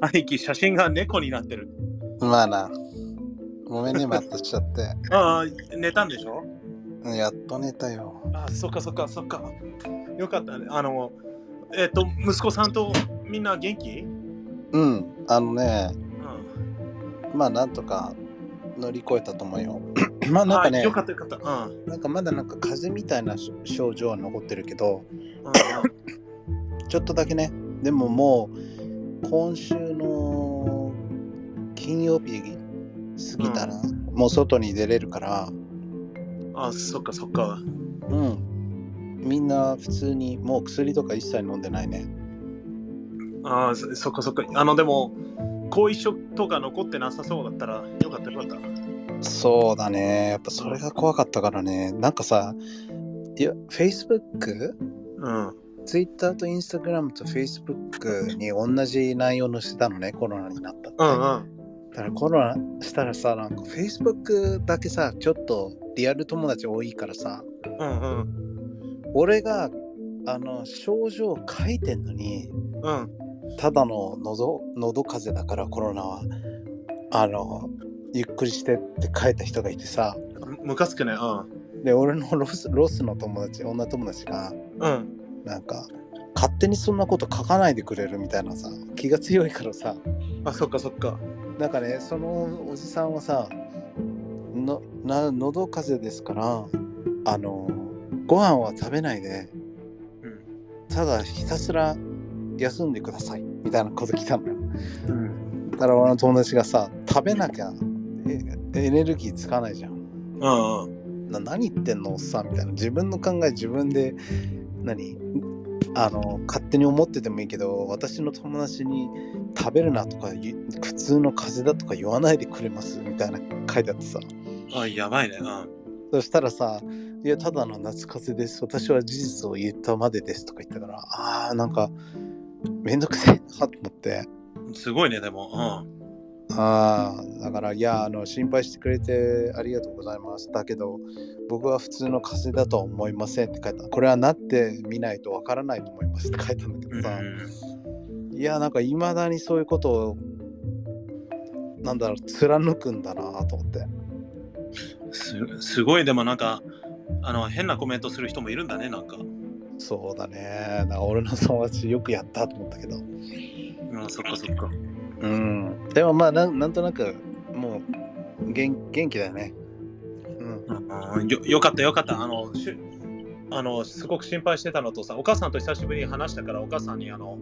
兄貴、写真が猫になってる。まあな。ごめんね、待ってしちゃって。ああ、寝たんでしょやっと寝たよ。ああ、そっかそっかそっか。よかったね。あの、えっ、と、息子さんとみんな元気うん、あのね、うん。まあなんとか乗り越えたと思うよ。 まあなんかあねよ、かったよかった。うん。なんかまだなんか風邪みたいな症状は残ってるけど、うん、ちょっとだけね、でももう今週の金曜日過ぎたら、もう外に出れるから、ああ、そっかそっか。うん、みんな普通にもう薬とか一切飲んでないね。ああ、そそっかそっか。あの、でも、後遺症とか残ってなさそうだったら、よかったよかった。そうだね、やっぱそれが怖かったからね、なんかさ、いや、Facebook? うん。 Twitter と Instagram と Facebook に同じ内容載せたのね、コロナになったって。うだんうん。からコロナしたらさ、なんか Facebook だけさ、ちょっとリアル友達多いからさ、うんうん。俺があの症状を書いてんのに、うん。ただの喉喉風邪だからコロナは、あの、ゆっくりしてって書いた人がいてさ、むむかつくね。うん。で、俺のロスロスの友達、女友達が、うん。なんか、勝手にそんなこと書かないでくれるみたいなさ、気が強いからさ、あ、そっかそっか。なんかねそのおじさんはさのな喉風邪ですからあのご飯は食べないでうん。ただひたすら休んでくださいみたいなこと来たのようん。だから俺の友達がさ食べなきゃえエネルギーつかないじゃんうんうん。な何言ってんのおっさんみたいな自分の考え自分で何あの勝手に思っててもいいけど私の友達に食べるなとか言う普通の風邪だとか言わないでくれますみたいな書いてあってさあ、やばいね。うん。そしたらさ、いや、ただの夏風邪です。私は事実を言ったまでですとか言ったから、あー、なんか、めんどくせえなと思って。すごいね、でも。あー、だから、いや、あの、心配してくれてありがとうございます。だけど、僕は普通の風邪だとは思いませんって書いた。これはなってみないとわからないと思いますって書いたんだけうどん。うさ、んいや、なんか、いまだにそういうことを、なんだろう、貫くんだなと思って。すすごい、でもなんか、あの、変なコメントする人もいるんだね、なんか。そうだね。だから、俺の友達よくやったと思ったけど。うん、そっかそっか。うん、でもまあなんなんとなくもう元元気だよね。うん、うん、よよかったよかった。あの、しゅあのすごく心配してたのとさ、お母さんと久しぶりに話したから、お母さんにあの、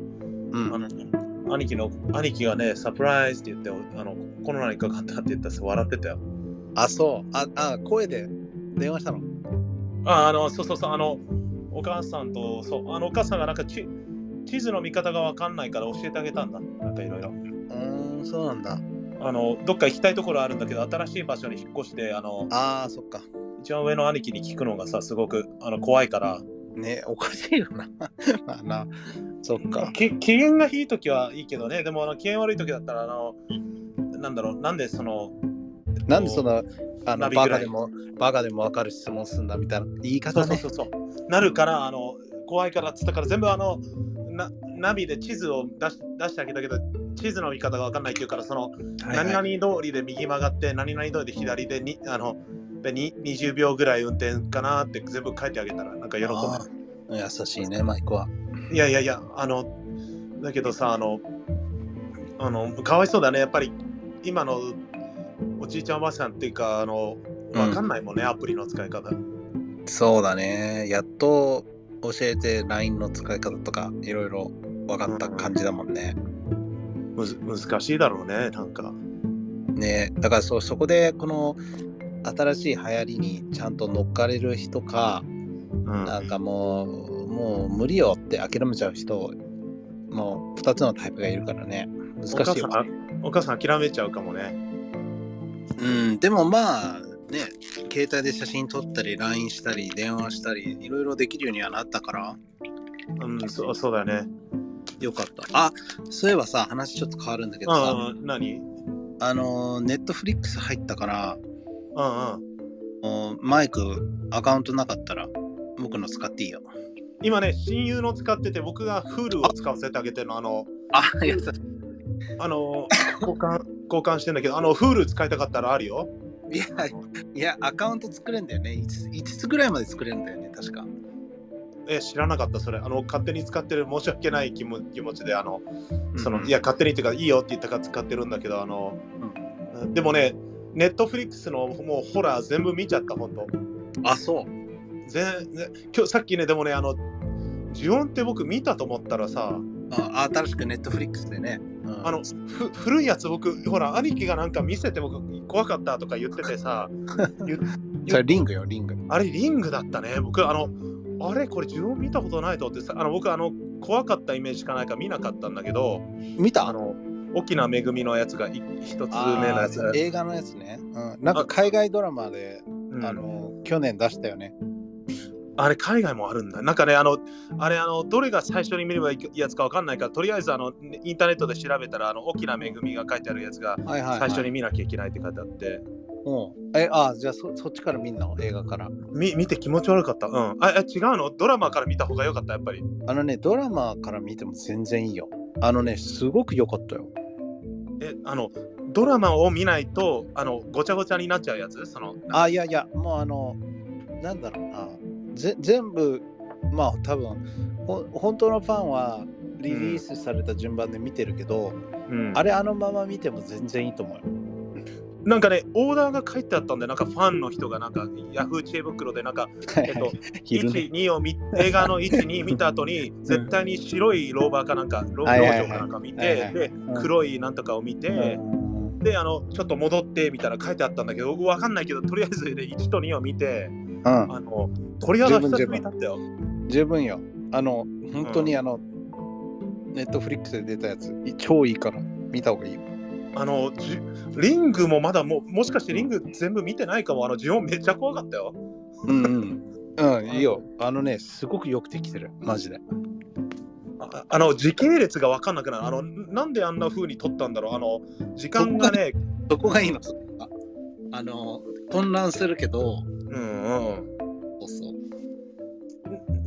うん、あの兄貴の、兄貴がね、サプライズって言って、あの、コロナにかかったって言ったらさ笑ってたよ。あそうああ声で電話したの。あ、あの、そうそうそう、あの、お母さんと、そう、あの、お母さんがなんかち地図の見方がわかんないから教えてあげたんだ。なんかいろいろ。うーんそうなんだ。あの、どっか行きたいところあるんだけど、新しい場所に引っ越して、あの、ああそっか。一番上の兄貴に聞くのがさ、すごくあの怖いから、ねおかしいよな。 まあなそっか。き機嫌がいいときはいいけどね、でもあの機嫌悪いときだったら、あの、なんだろう、なんでその、なんでそのあナのビぐらいバカでもバカでもわかる質問すんだみたいな言いそ方うそうね。そうそう、なるから、あの、怖いからっつったから、全部あの、なナビで地図を出し出してあげたけど、地図の見方がわかんないっていうから、その、はいはい何々通りで右曲がって、何々通りで左でに、あの、でに20秒ぐらい運転かなって全部書いてあげたら、なんか喜んであー優しいねマイクは。いやいやいや、あの、だけどさ、あの、あの、かわいそうだね、やっぱり、今のおじいちゃんおばあちゃんっていうか、あの、わかんないもんね、アプリの使い方。そうだねやっと教えて LINE の使い方とかいろいろ分かった感じだもんね。むず難しいだろうね、なんか。ねだからそうそこでこの新しい流行りにちゃんと乗っかれる人かうん。なんかもうもう無理よって諦めちゃう人の2つのタイプがいるからねお難母しいさわ、ん、お母さん諦めちゃうかもね。うん、でもまあね携帯で写真撮ったり LINE したり電話したりいろいろできるようにはなったからうん、そうそうだね。よかったあそういえばさ話ちょっと変わるんだけうどさん、うん、何うんあのネットフリックス入ったからうん。もうマイクアカウントなかったら僕の使っていいよ今ね、親友の使ってて、僕が Hulu を使わせてあげてるの、あの、あ優しいあ の、交換、交換してんだけど、あの、Hulu 使いたかったらあるよ。いや、いや、アカウント作れるんだよね。5, 5つぐらいまで作れるんだよね、確か。え、知らなかった、それ。あの、勝手に使ってる、申し訳ない気も気持ちで、あの、その、うんいや、勝手にっていうか、いいよって言ったから使ってるんだけど、あの、でもね、ネットフリックスのもうホラー全部見ちゃった、ほんと。あ、そう。全然、今日、さっきね、でもね、あの、呪音って僕見たと思ったらさ、あ新しくネットフリックスでね。うんあの、ふ古いやつ僕ほら兄貴がなんか見せて僕怖かったとか言っててさ言うそれリングよ、リング。あれリングだったね僕あのあれこれ自分見たことないと思ってさあの僕あの怖かったイメージしかないから見なかったんだけど見たあの大きな恵みのやつがい一つ目のやつあー映画のやつね。うん、なんか海外ドラマで、うんあの去年出したよね。あれ海外もあるんだなんかねあのあれあのどれが最初に見ればいいやつかわかんないからとりあえずあのインターネットで調べたらあの大きな恵みが書いてあるやつがはいはい、はい。最初に見なきゃいけないって書いてあって、うん。え、あ、じゃあそそっちから見んの映画から。み見て気持ち悪かった。うん。あ、え違うのドラマから見た方が良かった、やっぱり。あのね、ドラマから見ても全然いいよ。あのね、すごく良かったよ。え、あの、ドラマを見ないと、あの、ごちゃごちゃになっちゃうやつその、あ、いやいや、もうあの、なんだろうな。ぜ全部、まあ多分ほ、本当のファンはリリースされた順番で見てるけど、うんあれあのまま見ても全然いいと思うよ。なんかね、オーダーが書いてあったんで、なんかファンの人が、なんか、ヤフー知恵袋で、なんか、えっと、昼寝1、2を見、映画の1、2見た 後に、絶対に白いローバーかなんか、ロはいはいはい老女かなんか見はいはて、いで、うん黒いなんとかを見て、うんで、あの、ちょっと戻ってみたいな書いてあったんだけど、僕わかんないけど、とりあえずで1と2を見て、うあの、鳥肌一つ見たったよ。ん、十分よ。あの、本当にあの、ネットフリックスで出たやつ、い超いいから見た方がいいよ。あのじリングもまだもうもしかしてリング全部見てないかもあのジオンめっちゃ怖かったようんうん。うん、いいよ。あのね、すごくよくできてる、マジで。ああの時系列が分かんなくなるあのなんであんな風に撮ったんだろうあの時間がねそこがいいの、そこが。あの、混乱するけど、うんうんそうそう。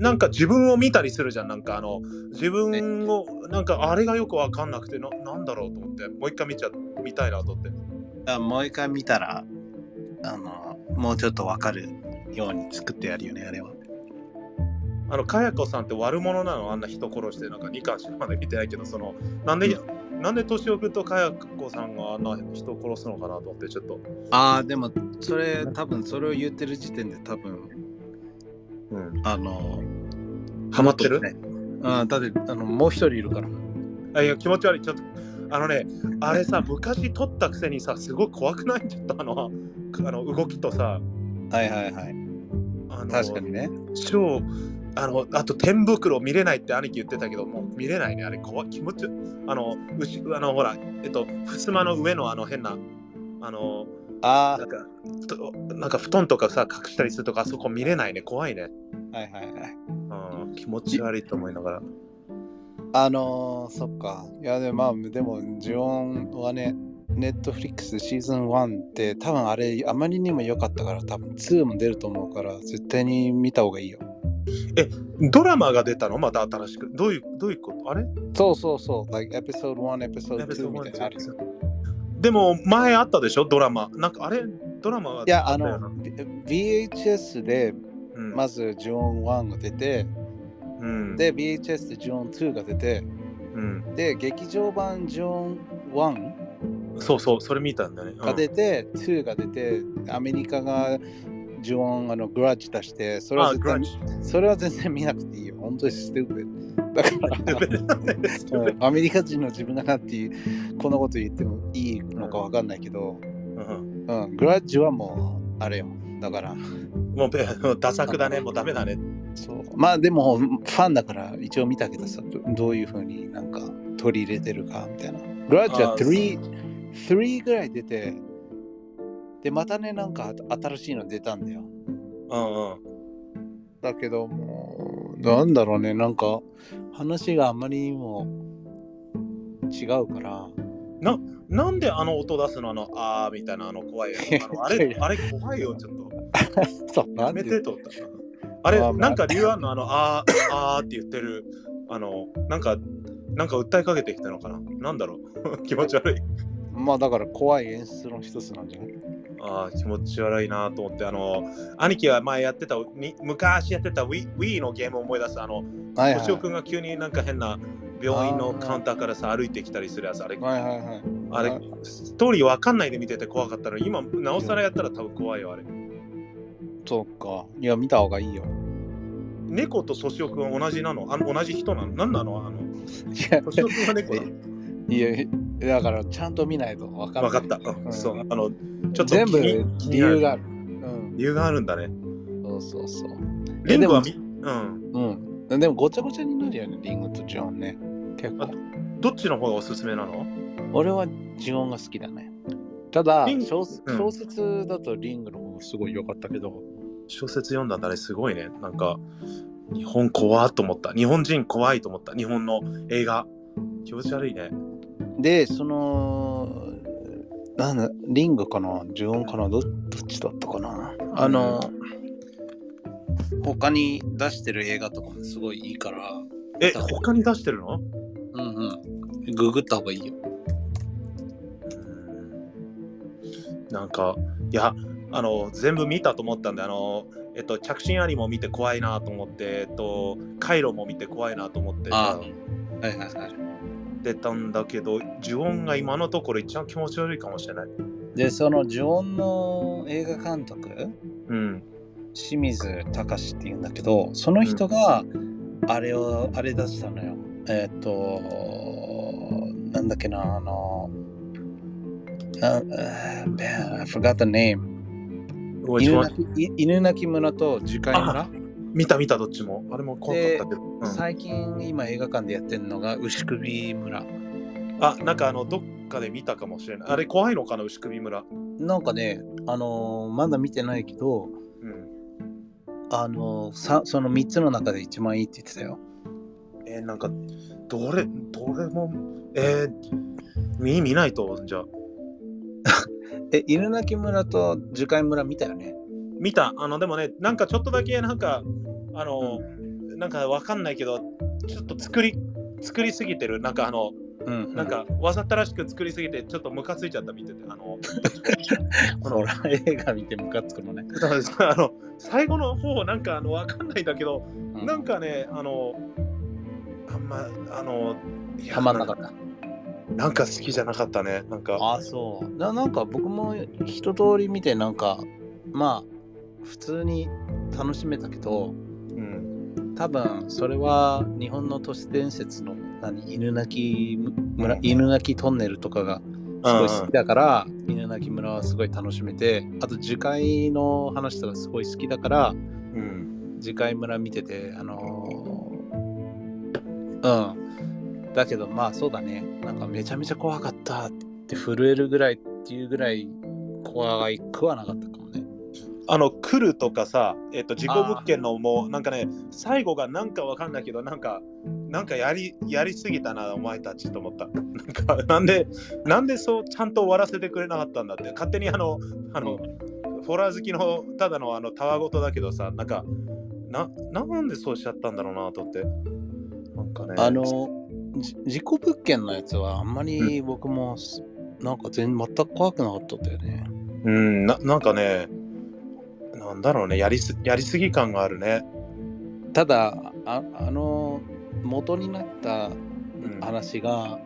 なんか自分を見たりするじゃんなんかあの自分をなんかあれがよく分かんなくてななんだろうと思ってもう一回見ちゃ見たいなと思ってあもう一回見たら、あの、もうちょっとわかるように作ってやるよね、あれは。あのかやこさんって悪者なのあんな人殺してなんか2巻しかまで見てないけどそのなんで、なんで敏夫君とかやこさんがあんな人殺すのかなと思ってちょっとああ、でも、それ、多分それを言ってる時点で、多分うんあの、ハマってるうん、だって、あの、もう一人いるから。あいや気持ち悪いちょっとあのねあれさ昔撮ったくせにさすごい怖くないちょっとあのあの動きとさはいはいはい。あの確かにね。超あのあと天袋見れないって兄貴言ってたけどもう見れないねあれ怖い気持ちあのうしあのほらえっと襖の上のあの変なあのあなんかとなんか布団とかさ隠したりするとかあそこ見れないね怖いね、あ、はいはいはい。うん、気持ち悪いと思いながらあのー、そっか。いや、でも、まあ、でも、ジオンはね、ネットフリックスシーズン1って、多分あれ、あまりにも良かったから、多分2も出ると思うから、絶対に見た方がいいよ。ドラマが出たのまた新しくどういうどういうことあれそうそうそう、like、エピソード1、エピソード2みたいなのあるよ。でも前あったでしょドラマなんかあれドラマがいや、あの、V- VHS で、うんまずジオン1が出て、うんで、VHS でジオン2が出て、うんで、劇場版ジオン1、そうそうそれ見たんだね、うんが出て、2が出て、アメリカがジュオン、あの、グラッジ出して、それはあ全グラン然チそれは全然見なくていいよ。本当にステーブだから、うんアメリカ人の自分だなっていう、こんなこと言ってもいいのかわかんないけど、うんうん、グラッジはもう、あれよ。だから、 もうべダサくだねもうダメだねそう。まあでも、ファンだから一応見たけどさ、どどういうふうになんか取り入れてるかみたいな。グラッジはあー3、3ぐらい出て、で、またね、なんか新しいの出たんだよ。うんうんだけどもうなんだろうねなんか話があまりにも違うからなんであの音出すのあのあーみたいなあの怖いやつあのあいやいれやあれ怖いよちょっとそうなやんめでてと思ったあれまあまなあんか理由あんのあのあーあーって言ってるあのなんかなんか訴えかけてきたのかななんだろう 気持ち悪い。まあだから怖い演出の一つなんじゃないああ、気持ち悪いなと思って、あの、兄貴は前やってた、に昔やってた Wii Wii のゲームを思い出す、あの、はいはい星尾君が急になんか変な病院のカウンターからさ、歩いてきたりするやつ、あれ、はいはいはい。あれ、ストーリーわかんないで見てて怖かったのに、今、なおさらやったら多分怖いよ、あれ。そうか。いや、見た方がいいよ。猫と星尾君は同じなのあの同じ人なのなんなのあの、いや星尾君は猫なのいや、だからちゃんと見ないと分かんなわい。かった。うんうんそう、あの、ちょっと全部気に気に理なる由がある。うん。理由があるんだね。そうそうそう。リングはでみ、うん。うん。でもごちゃごちゃになるよね、リングとジョンね。結構。どっちの方がおすすめなの俺はジョンが好きだね。ただリン小説、うん小説だとリングの方がすごい良かったけど、小説読んだんだね、すごいね。なんか、日本怖っと思った。日本人怖いと思った。日本の映画。気持ち悪いね。で、その、なんだ、リングかな、ジョンかな、どどっちだったかな。あの、他に出してる映画とかもすごいいいから、え、他に出してるのうんうん。ググった方がいいよ。なんか、いや、あの、全部見たと思ったんで、あの、えっと、着信ありも見て怖いなと思って、えっと、カイロも見て怖いなと思って、あはいはいはい。出たんだけど、呪音が今のところ一番気持ち悪いかもしれない。で、そのジョンの映画監督、うん。清水隆っていうんだけどその人があれをあれ出したのよえっ、となんだっけなあのあえー man, I forgot the name 犬鳴き犬鳴村と樹海村見た見たどっちも。あれも怖かったけど。うん最近今映画館でやってるのが牛首村あ、なんかあの、どっかで見たかもしれない。あれ怖いのかな、牛首村。なんかねあのまだ見てないけうどん。あのさその3つの中で一番いいって言ってたよえーなんか、どれ、どれも、えー、見、見ないと、じゃあ。え犬鳴村と樹海村見たよね見た。あの、でもね、なんかちょっとだけ、なんか、あの、なんかわかんないけど、ちょっと作り、作りすぎてる。なんかあの、うんなんか、わざとらしく作りすぎて、ちょっとムカついちゃった、見てて。あの、このホラー映画見てムカつくのね。だからさあの最後の方なんかあのわかんないんだけど、ななんんかかねあのあんまあのいやたまんなかった。なんか好きじゃなかったねなんかああ、そう。ななんか僕も一通り見て、なんか、まあ、普通に楽しめたけど、うん多分それは日本の都市伝説の何犬鳴村、うん犬鳴トンネルとかがすごい好きだから、犬鳴村はすごい楽しめて、あと樹海の話とかすごい好きだから、うん次回村見ててあのーうんだけどまあそうだねなんかめちゃめちゃ怖かったって震えるぐらいっていうぐらい怖いくはなかったかもねあの来るとかさえっ、と事故物件のもうなんかね最後がなんかわかんないけどなんかなんかやりやりすぎたなお前たちと思ったなんかなんでなんでそうちゃんと終わらせてくれなかったんだって勝手にあのあの、ホラー好きのただのあのたわごとだけどさ、なんか、ななんでそうしちゃったんだろうなと思って。なんかね、あのじ事故物件のやつはあんまり僕もす、なんか全全く怖くなかったんだよねうんな、なんかね、なんだろうね、やりすやりすぎ感があるね。ただああの元になったん話が、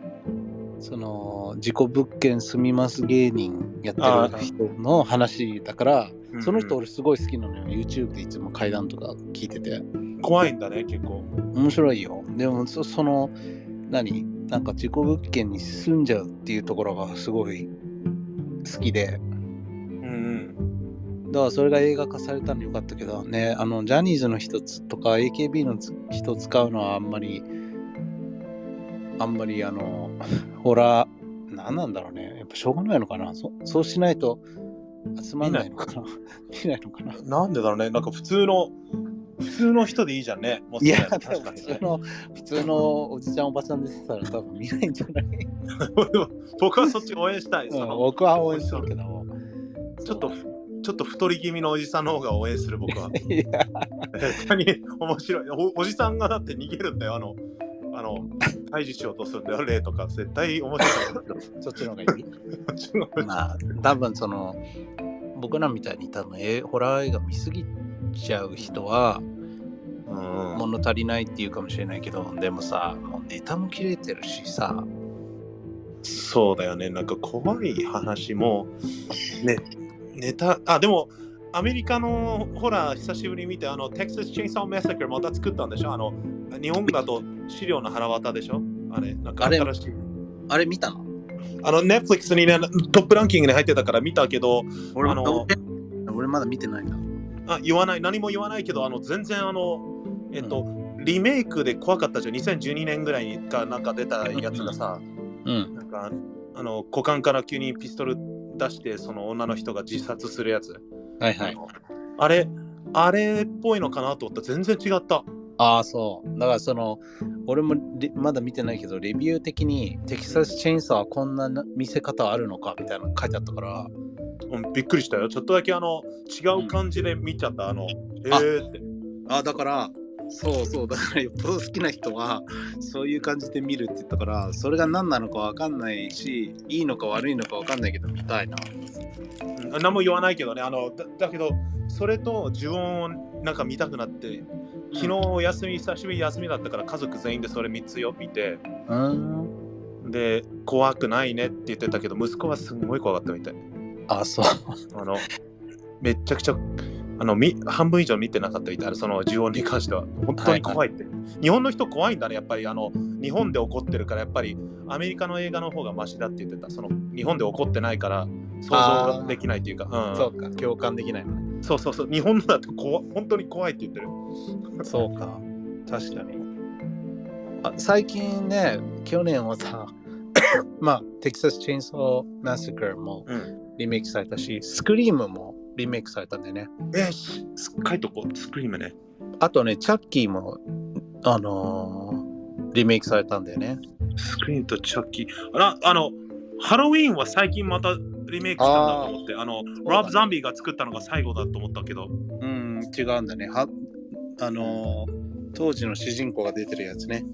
その事故物件住みます芸人やってる人の話だからその人うん俺すごい好きなのよ YouTube でいつも怪談とか聞いてて怖いんだね、結構。面白いよでもそその何なんか事故物件に住んじゃうっていうところがすごい好きうでんうん。だからそれが映画化されたのよかったけどねあのジャニーズの一つとか AKB のつ人使うのはあんまりあんまりあのホラー何なんだろうねやっぱしょうがないのかなそそうしないと集まんないのかな 見ないのかななんでだろうね、なんか普通の、普通の人でいいじゃんね。もういそうだや、よね確でもか普に通ね。の、普通のおじちゃん、おばちゃんでしたら多分見ないんじゃない、僕はそっち応援したい。うそん、の僕は応援するけど。ちょっと、ちょっと太り気味のおじさんの方が応援する、僕は。いや、え他に面白いお。おじさんがだって逃げるんだよ、あの、ああの、退治しようとするんだよ、例とか、絶対面白いと思うけそっちの方がいいど。ちょっと まあ多分その僕らみたいに多分えホラー映画見すぎちゃう人はうん物足りないっていうかもしれないけどでもさもうネタも切れてるしさそうだよね、なんか怖い話も、ね、ネタ、あ、でも、アメリカのホラー久しぶりに見て、あの、テキサス・チェインソー・メッサクルまた作ったんでしょあの、日本だと資料の腹渡でしょあれ、なんかあれ新しい。あれ見たのあの、ネッフリックスにね、トップランキングに入ってたから見たけど、俺あの俺まだ見てないなあ言わない、何も言わないけど、あの、全然あの、えっと、リメイクで怖かったじゃん。2012年ぐらいにかなんか出たやつがさ、うんなんかあの股間から急にピストル出してその女の人が自殺するやつ、はいはいあれあれっぽいのかなと思ったら全然違ったああそうだからその俺もレまだ見てないけどレビュー的にテキサスチェーンソーはこんなな見せ方あるのかみたいなの書いてあったからうんびっくりしたよちょっとだけあの違う感じで見ちゃったあのえー、ってあだからそうそうだからよっぽど好きな人はそういう感じで見るって言ったからそれが何なのかわかんないしいいのか悪いのかわかんないけど見たいなうん何も言わないけどねあのだだけどそれと呪音をなんか見たくなって昨日お休み久しぶりに休みだったから家族全員でそれ3つよ見てうんで怖くないねって言ってたけど息子はすんごい怖かったみたいあそうあの、めっちゃくちゃ、あの、み半分以上見てなかったみたいな、その呪音に関しては、本当に怖いって。日本の人怖いんだね、やっぱり、あの、日本で起こってるから、やっぱり、アメリカの映画の方がマシだって言ってた、その、日本で起こってないから、想像ができないっていうか、うんそうか共感できないのねそうそうそう、日本のだと怖本当に怖いって言ってる。そうか確かにあ最近ね去年はさ まあテキサスチェーンソーマスクルもうん。リメイクされたしスクリームもリメイクされたんだよねえし書いとこう、スクリームね。あとねチャッキーもあのーリメイクされたんだよねスクリーンとチャッキー。あら、あの、ハロウィーンは最近またリメイクしたんだと思って、あの、ねロブ・ザンビーが作ったのが最後だと思ったけど、うん、違うんだね。はあのー当時の主人公が出てるやつね。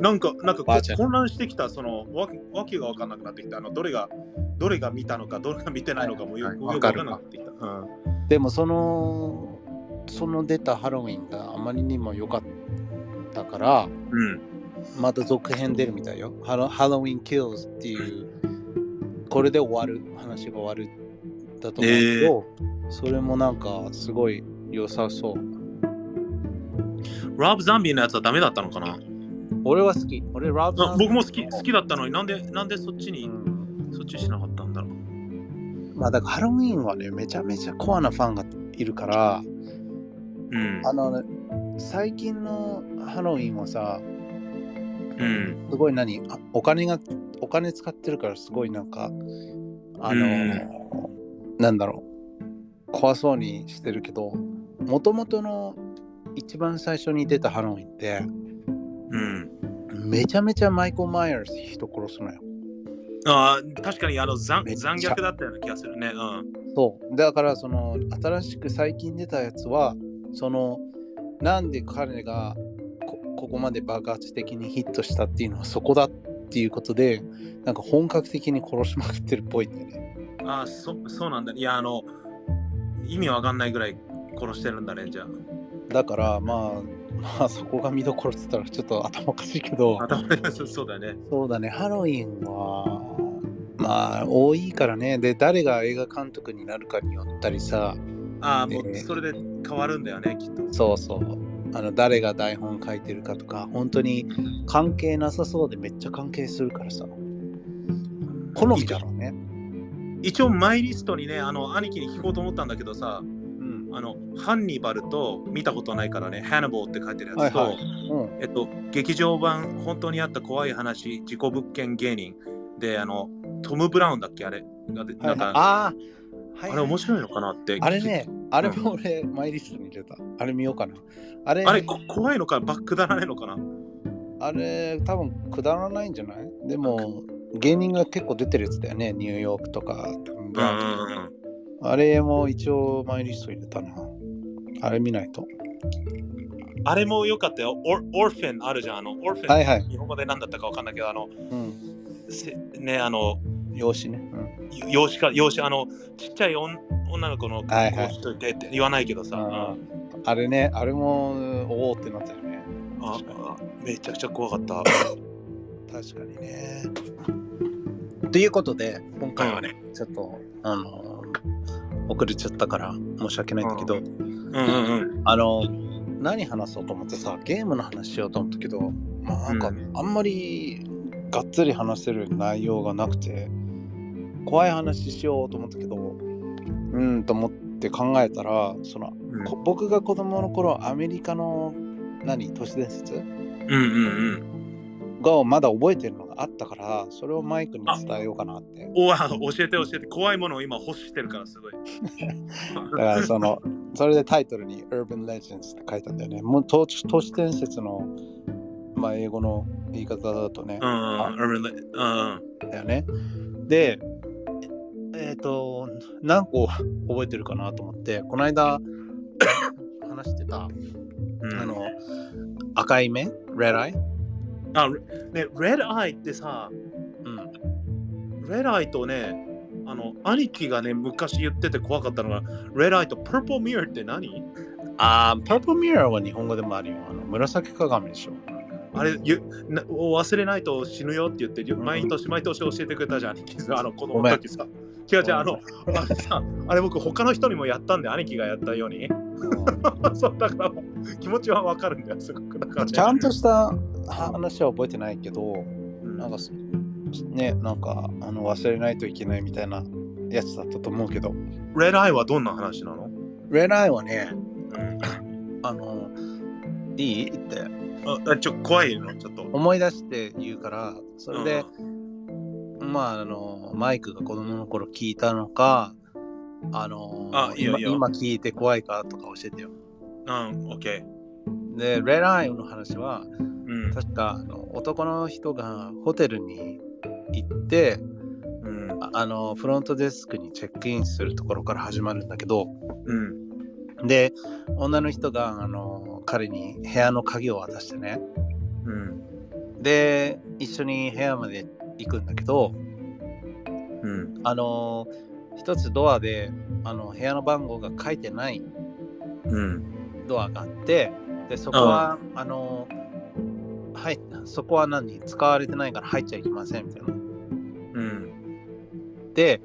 なんか、なんかこばあちゃん混乱してきた、そのわけわけが分からなくなってきた、あのどれがどれが見たのか、どれが見てないのかもよはいくは分いわかかるらなくなってきた。うんでもそのその出たハロウィンがあまりにも良かったから、うん、また続編出るみたいよ。ハロハロウィン・キルズっていう、これで終わる、話が終わるだと思うけど、それもなんかすごい良さそう。ラブ・ザンビーのやつはダメだったのかな俺は好き。俺、ラブあ僕も好き好きだったのになんでなんでそっちに、そっちしなかったんだろう。まあだからハロウィンはね、めちゃめちゃコアなファンがいるから、うんあの最近のハロウィンはさうんすごい何あお金がお金使ってるからすごいなんかあの、なんだろう怖そうにしてるけどもともとの一番最初に出たハロウィンってうんめちゃめちゃマイコ・マイアーズ人殺すのよあー確かにあの残めっちゃ残虐だったような気がするね。うんそうだからその新しく最近出たやつはそのなんで彼がこここまで爆発的にヒットしたっていうのはそこだっていうことでなんか本格的に殺しまくってるっぽいんだよね。あーそそうなんだ。いや、あの、意味わかんないぐらい殺してるんだね、じゃだからまあまあそこが見どころっつったらちょっと頭おかしいけどあ。頭 でそうだね。そうだねハロウィンはまあ多いからねで誰が映画監督になるかによったりさああ、もうねそれで変わるんだよね、きっと。そうそうあの誰が台本書いてるかとか本当に関係なさそうでめっちゃ関係するからさ好みだろうね一応マイリストにねあの兄貴に聞こうと思ったんだけどさうんあのハンニバルと見たことないからねハンナボーって書いてるやつと、はいはうんえっと劇場版本当にあった怖い話自己物件芸人であのトム・ブラウンだっけあれがでなんか、ああはいあれ面白いのかなってあれねあれも俺マイリストに入れたあれ見ようかなあれあれこ怖いのかバックだらないのかなあれ多分くだらないんじゃないでも芸人が結構出てるやつだよねニューヨークとかうんうんうんあれも一応マイリストに入れたなあれ見ないとあれもよかったよ。オルオルフェンあるじゃん。あのオルフェン、はいはい。日本語で何だったかわかんないけど、あの、うん。せね、あの、容姿ね。よ養子か、養子、あの、ちっちゃい女女の子のはいはい格好しといてって言わないけどうさ、ん。うんうん、あれね、あれも、おおってなったよね。ああめちゃくちゃ怖かった。確かにね。ということで、今回はね、ちょっと、あのー遅れちゃったから申し訳ないんだけど、うんうんうん。あの何話そうと思ってさゲームの話しようと思ったけど、まあ、なんかうんあんまりがっつり話せる内容がなくて怖い話しようと思ったけどうんと思って考えたらその、こ僕が子供の頃アメリカの何都市伝説うんうんうん。がまだ覚えてるのがあったからそれをマイクに伝えようかなっておわ、教えて教えて。怖いものを今欲してるからすごい。 だからそのそれでタイトルに「Urban Legends」って書いたんだよねもう都市都市伝説のまあ英語の言い方だとね、うんうんあうんうん。だよね。で、えっ、えーと、何個 覚えてるかなと思って、この間 話してた、うんあの、赤い目 ?Red Eye? あ、ね、レッドアイってさ、うん。レッドアイとね、あの、兄貴がね、昔言ってて怖かったのが、レッドアイとプルポミ r ーって何あー、Purple Mirror は日本語でもあるよ。あの紫鏡でしょ。あれゆな、忘れないと死ぬよって言って、毎年毎年教えてくれたじゃん、兄貴さ、あの、子供の時さ。違う違う、あの、あれさ、あれ僕、他の人にもやったんで、兄貴がやったように。そう、だから、気持ちはわかるんだよ、すごく。だからね、 ちゃんとした話は覚えてないけど、うん、なんかそ、ね、なんか、あの忘れないといけないみたいなやつだったと思うけど、レッドアイはどんな話なの Red Eye はね、うんあの、いいってあ、ちょ、怖いの、ちょっと。思い出して言うから、それで、まああのマイクが子供の頃聞いたのかあのあいいよ今いいよ今聞いて怖いかとか教えてようん、オッケでレライオの話はー。うん。確かあの男の人がホテルに行ってうん。ああのフロントデスクにチェックインするところから始まるんだけどうん。で女の人があの彼に部屋の鍵を渡してねうん。で一緒に部屋まで行くんだけど、うん。あのー一つドアであの部屋の番号が書いてないうん。ドアがあってでそこはあのーはいそこは何使われてないから入っちゃいけませんみたいな。うん。で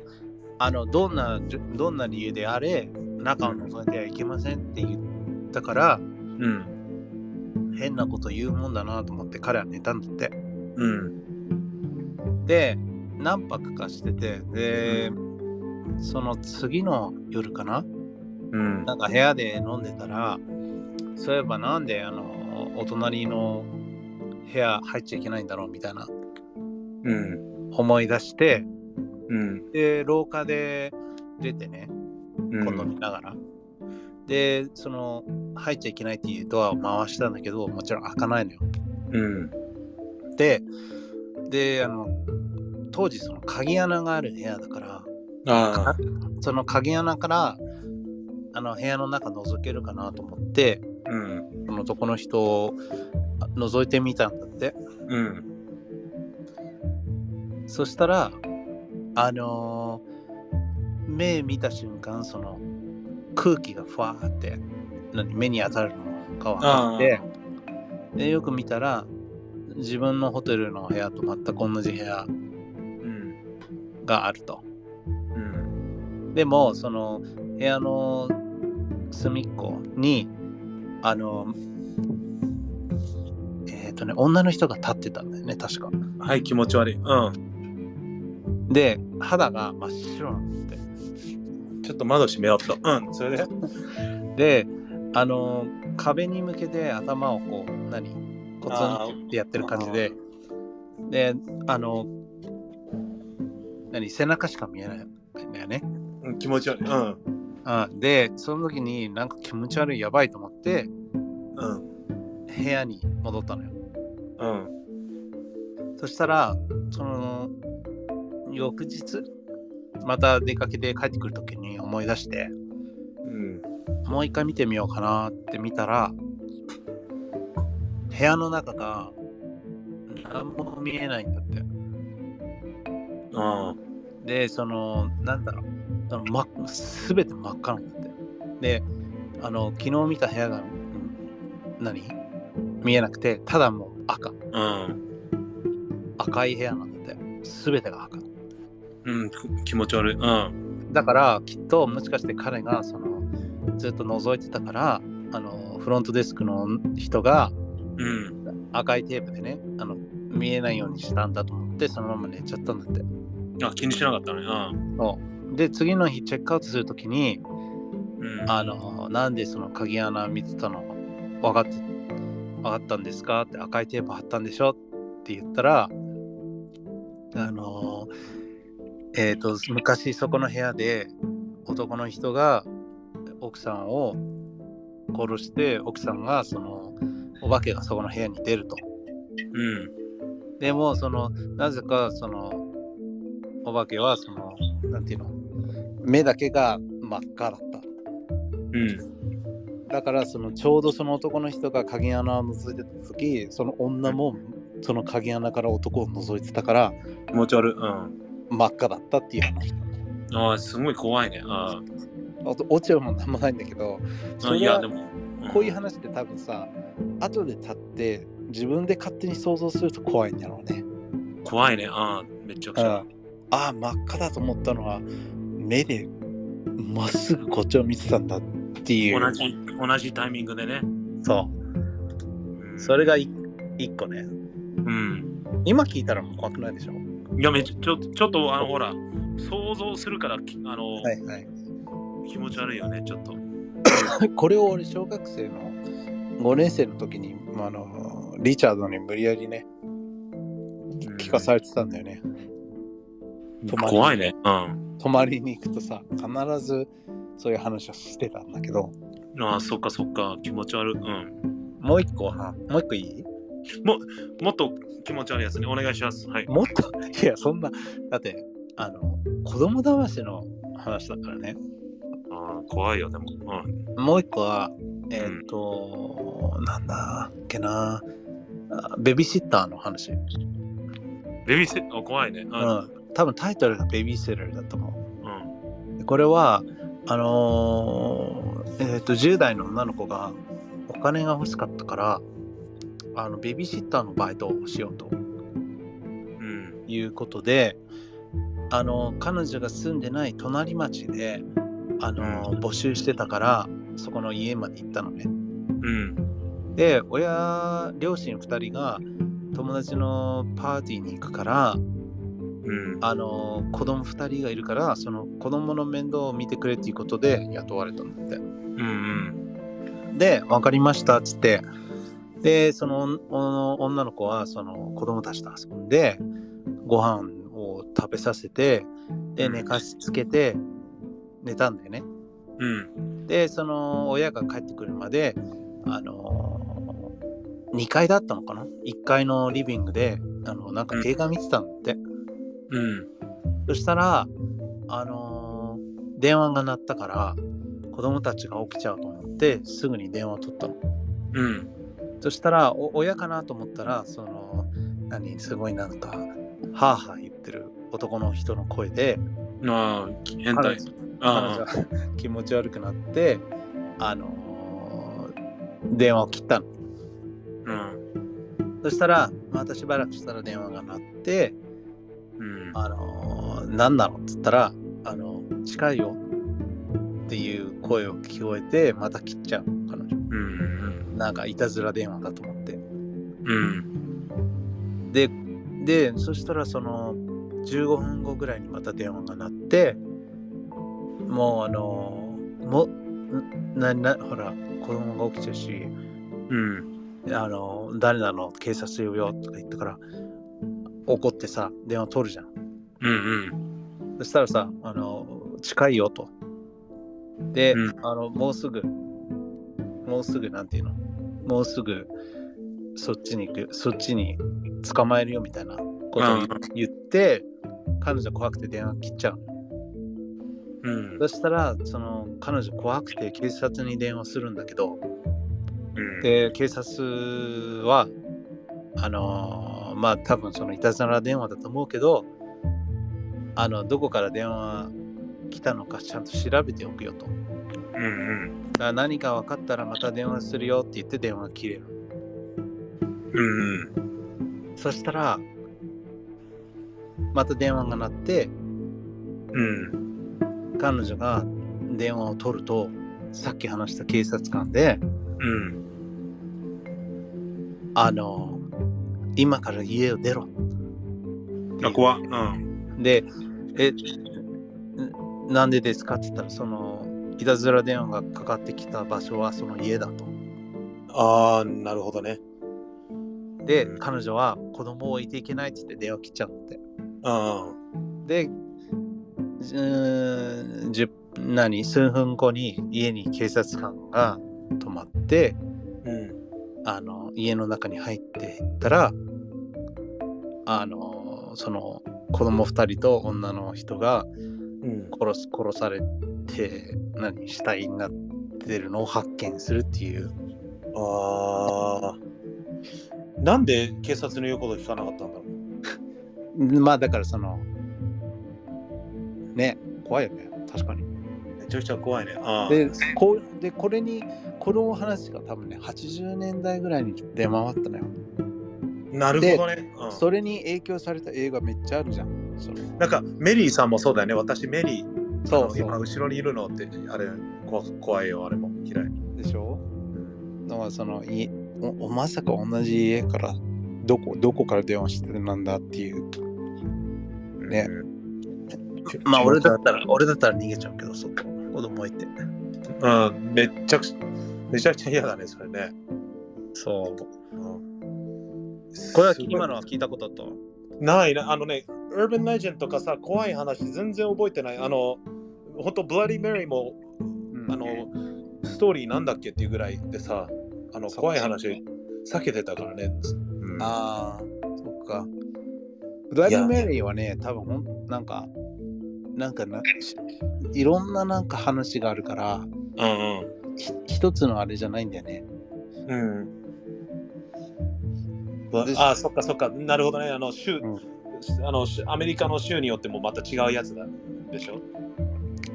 あのどんなじゅどんな理由であれ中を覗いてはいけませんって言ったからうん。変なこと言うもんだなと思って彼は寝たんだって。うん。で何泊かしててでその次の夜かなうん。なんか部屋で飲んでたら、そういえばなんであのお隣の部屋入っちゃいけないんだろうみたいなうん。思い出して、うん。で、廊下で出てね、う今度見ながら。で、その入っちゃいけないっていうドアを回したんだけど、もちろん開かないのよ。うん。で、で、あの、当時その鍵穴がある部屋だから、ああ。その鍵穴からあの部屋の中覗けるかなと思って、うん。この男の人をあ覗いてみたんだってうん。そしたらあのー目見た瞬間その空気がふわーって何目に当たるのか分かってでよく見たら自分のホテルの部屋と全く同じ部屋うん。があるとうん。でもその部屋の隅っこにあのえっ、とね女の人が立ってたんだよね確かはい、気持ち悪い。うん。で肌が真っ白なんだっちょっと窓閉めようと。うん。それで。てであのー壁に向けて頭をこう何コツンってやってる感じでであの何背中しか見えないんだよねうん、気持ち悪い。うん。あでその時になんか気持ち悪いやばいと思ってうん。部屋に戻ったのようん。そしたらその翌日また出かけて帰ってくる時に思い出してうん。もう一回見てみようかなって見たら部屋の中が何も見えないんだって。うん。で、その、なんだろう、そのま、すべて真っ赤なんだって。で、あの、昨日見た部屋が、うん何見えなくて、ただもう赤。うん。赤い部屋なんだって。すべてが赤。うん、き気持ち悪い。うん。だから、きっと、もしかして彼が、その、ずっと覗いてたから、あの、フロントデスクの人がうん。赤いテープでね、あの、見えないようにしたんだと思って、そのまま寝ちゃったんだって。あ、気にしなかったね。うん。で、次の日、チェックアウトするときに、うん、あの、なんでその鍵穴見てたの分かって、分かったんですかって赤いテープ貼ったんでしょって言ったら、あの、えっ、と、昔そこの部屋で男の人が奥さんを殺して、奥さんがその、お化けがそこの部屋に出ると。うん。でも、その、なぜかその、お化けはその、なんていうの、目だけが真っ赤だった。うん。だからそのちょうどその男の人が鍵穴を覗いてた時その女もその鍵穴から男を覗いてたから気持ち悪い。うん。真っ赤だったっていう話あーすごい怖いね。うん。あと落ちはもうなんもないんだけどそあいれや、はでも。んこういう話って多分さ後で立って自分で勝手に想像すると怖いんだろうね怖いね。うん。めちゃくちゃ。ああ真っ赤だと思ったのは目でまっすぐこっちを見てたんだっていう同じ、同じタイミングでね。うそんうそれがい一個ねうん。今聞いたらもう怖くないでしょいや、めちゃちょっと、ちょっと、あの、ほら、想像するから、きあの、はいはい気持ち悪いよね、ちょっと。これを俺小学生の5年生の時にあのリチャードに無理やりね聞かされてたんだよね、うん怖いね。うん。泊まりに行くとさ必ずそういう話をしてたんだけどああ、そっかそっか。気持ち悪い。うん。もう一個はもう一個いいもっと気持ち悪いやつね。お願いします。はい。もっといやそんなだってあの子供騙しの話だからねああ、怖いよ、でも。うん。もう一個はえーっと、なんだっけなあベビーシッターの話、うん、ベビーセット、あ怖いね。うん。多分タイトルがベビーシッターだと思ううん。これはあのーえー、と10代の女の子がお金が欲しかったからあのベビーシッターのバイトをしようとうん。いうことであの彼女が住んでない隣町であの、うん募集してたからそこの家まで行ったのね。うん。で親両親2人が友達のパーティーに行くからうん。あの子供2人がいるからその子供の面倒を見てくれっていうことで雇われたんだって。うん。うん。で、分かりましたっつって、で、そのお女の子はその子供たちと遊んで、ご飯を食べさせて、で、うん寝かしつけて、寝たんだよね。うん。で、その親が帰ってくるまで、あのー、2階だったのかな ?1 階のリビングで、あの、なんか映画見てたんだって。うん。そしたら、あのー電話が鳴ったから、子供たちが起きちゃうと思って、すぐに電話を取ったの。うん。そしたらお親かなと思ったらその何すごいなんかハーハー言ってる男の人の声でああ、変彼態女。彼女ああ。は 気持ち悪くなってあのー電話を切ったのうん。そしたらまたしばらくしたら電話が鳴ってうん。あのー何なのっつったらあの近いよっていう声を聞こえてまた切っちゃうの彼女うん。なんかいたずら電話だと思ってうん。ででそしたらその15分後ぐらいにまた電話が鳴ってもうあのもんななほら子供が起きちゃうしうん。あの誰なの警察呼ぶよとか言ったから怒ってさ電話取るじゃんうん。そしたらさあの近いよとで、うんあのもうすぐもうすぐなんていうのもうすぐそっちに行くそっちに捕まえるよみたいなことを言ううん言って彼女怖くて電話切っちゃうのうん。そしたらその彼女怖くて警察に電話するんだけうどんで警察はあのーまあ多分そのいたずら電話だと思うけどあのどこから電話来たのかちゃんと調べておくよとだかうんら何か分かったらまた電話するよって言って電話切れるうんうんそしたらまた電話が鳴ってうん彼女が電話を取るとさっき話した警察官でうんあのー今から家を出ろあ怖っうんで、え、んなんでですかって言ったら、その、いたずら電話がかかってきた場所はその家だと。ああなるほどねでうん、彼女は子供を置いていけないって言って電話切っちゃって。あで、じゅーんじゅ何数分後に家に警察官が泊まってうんあの家の中に入っていったらあのその子供二人と女の人がうん殺す殺されて何死体になってるのを発見するっていうあーなんで警察の言うこと聞かなかったんだろうまあだからそのね怖いよね確かにめちゃくちゃ怖いねあーでこでこれにこの話が多分ね80年代ぐらいに出回ったのよ、なるほどねうんそれに影響された映画めっちゃあるじゃんそのなんかメリーさんもそうだよね私メリーそあうのそ今う後ろにいるのってあれ怖怖いよあれも嫌いでしょだからそのいおおまさか同じ家からどこどこから電話してるなんだっていうねうんまあ俺だったら俺だったら逃げちゃうけどそこ子供置いてうんめっちゃくちゃめちゃくちゃ嫌だねそれねそううんこれは今のは聞いたことだと。ないな、あのね、ウーバン・レジェンドとかさ、怖い話全然覚えてない。あの、本当ブラディ・メリーも、あの、ストーリーなんだっけっていうぐらいでさ、あの、そう怖い話避けてたからね。うんああ、そっか。ブライディ・メリーはね、多分ほんなんか、なんかな、しいろんななんか話があるから、うんひ一つのあれじゃないんだよね。うん。うんであそっかそっか、なるほどね。あの、州、んあの、アメリカの州によってもまた違うやつだ。でしょ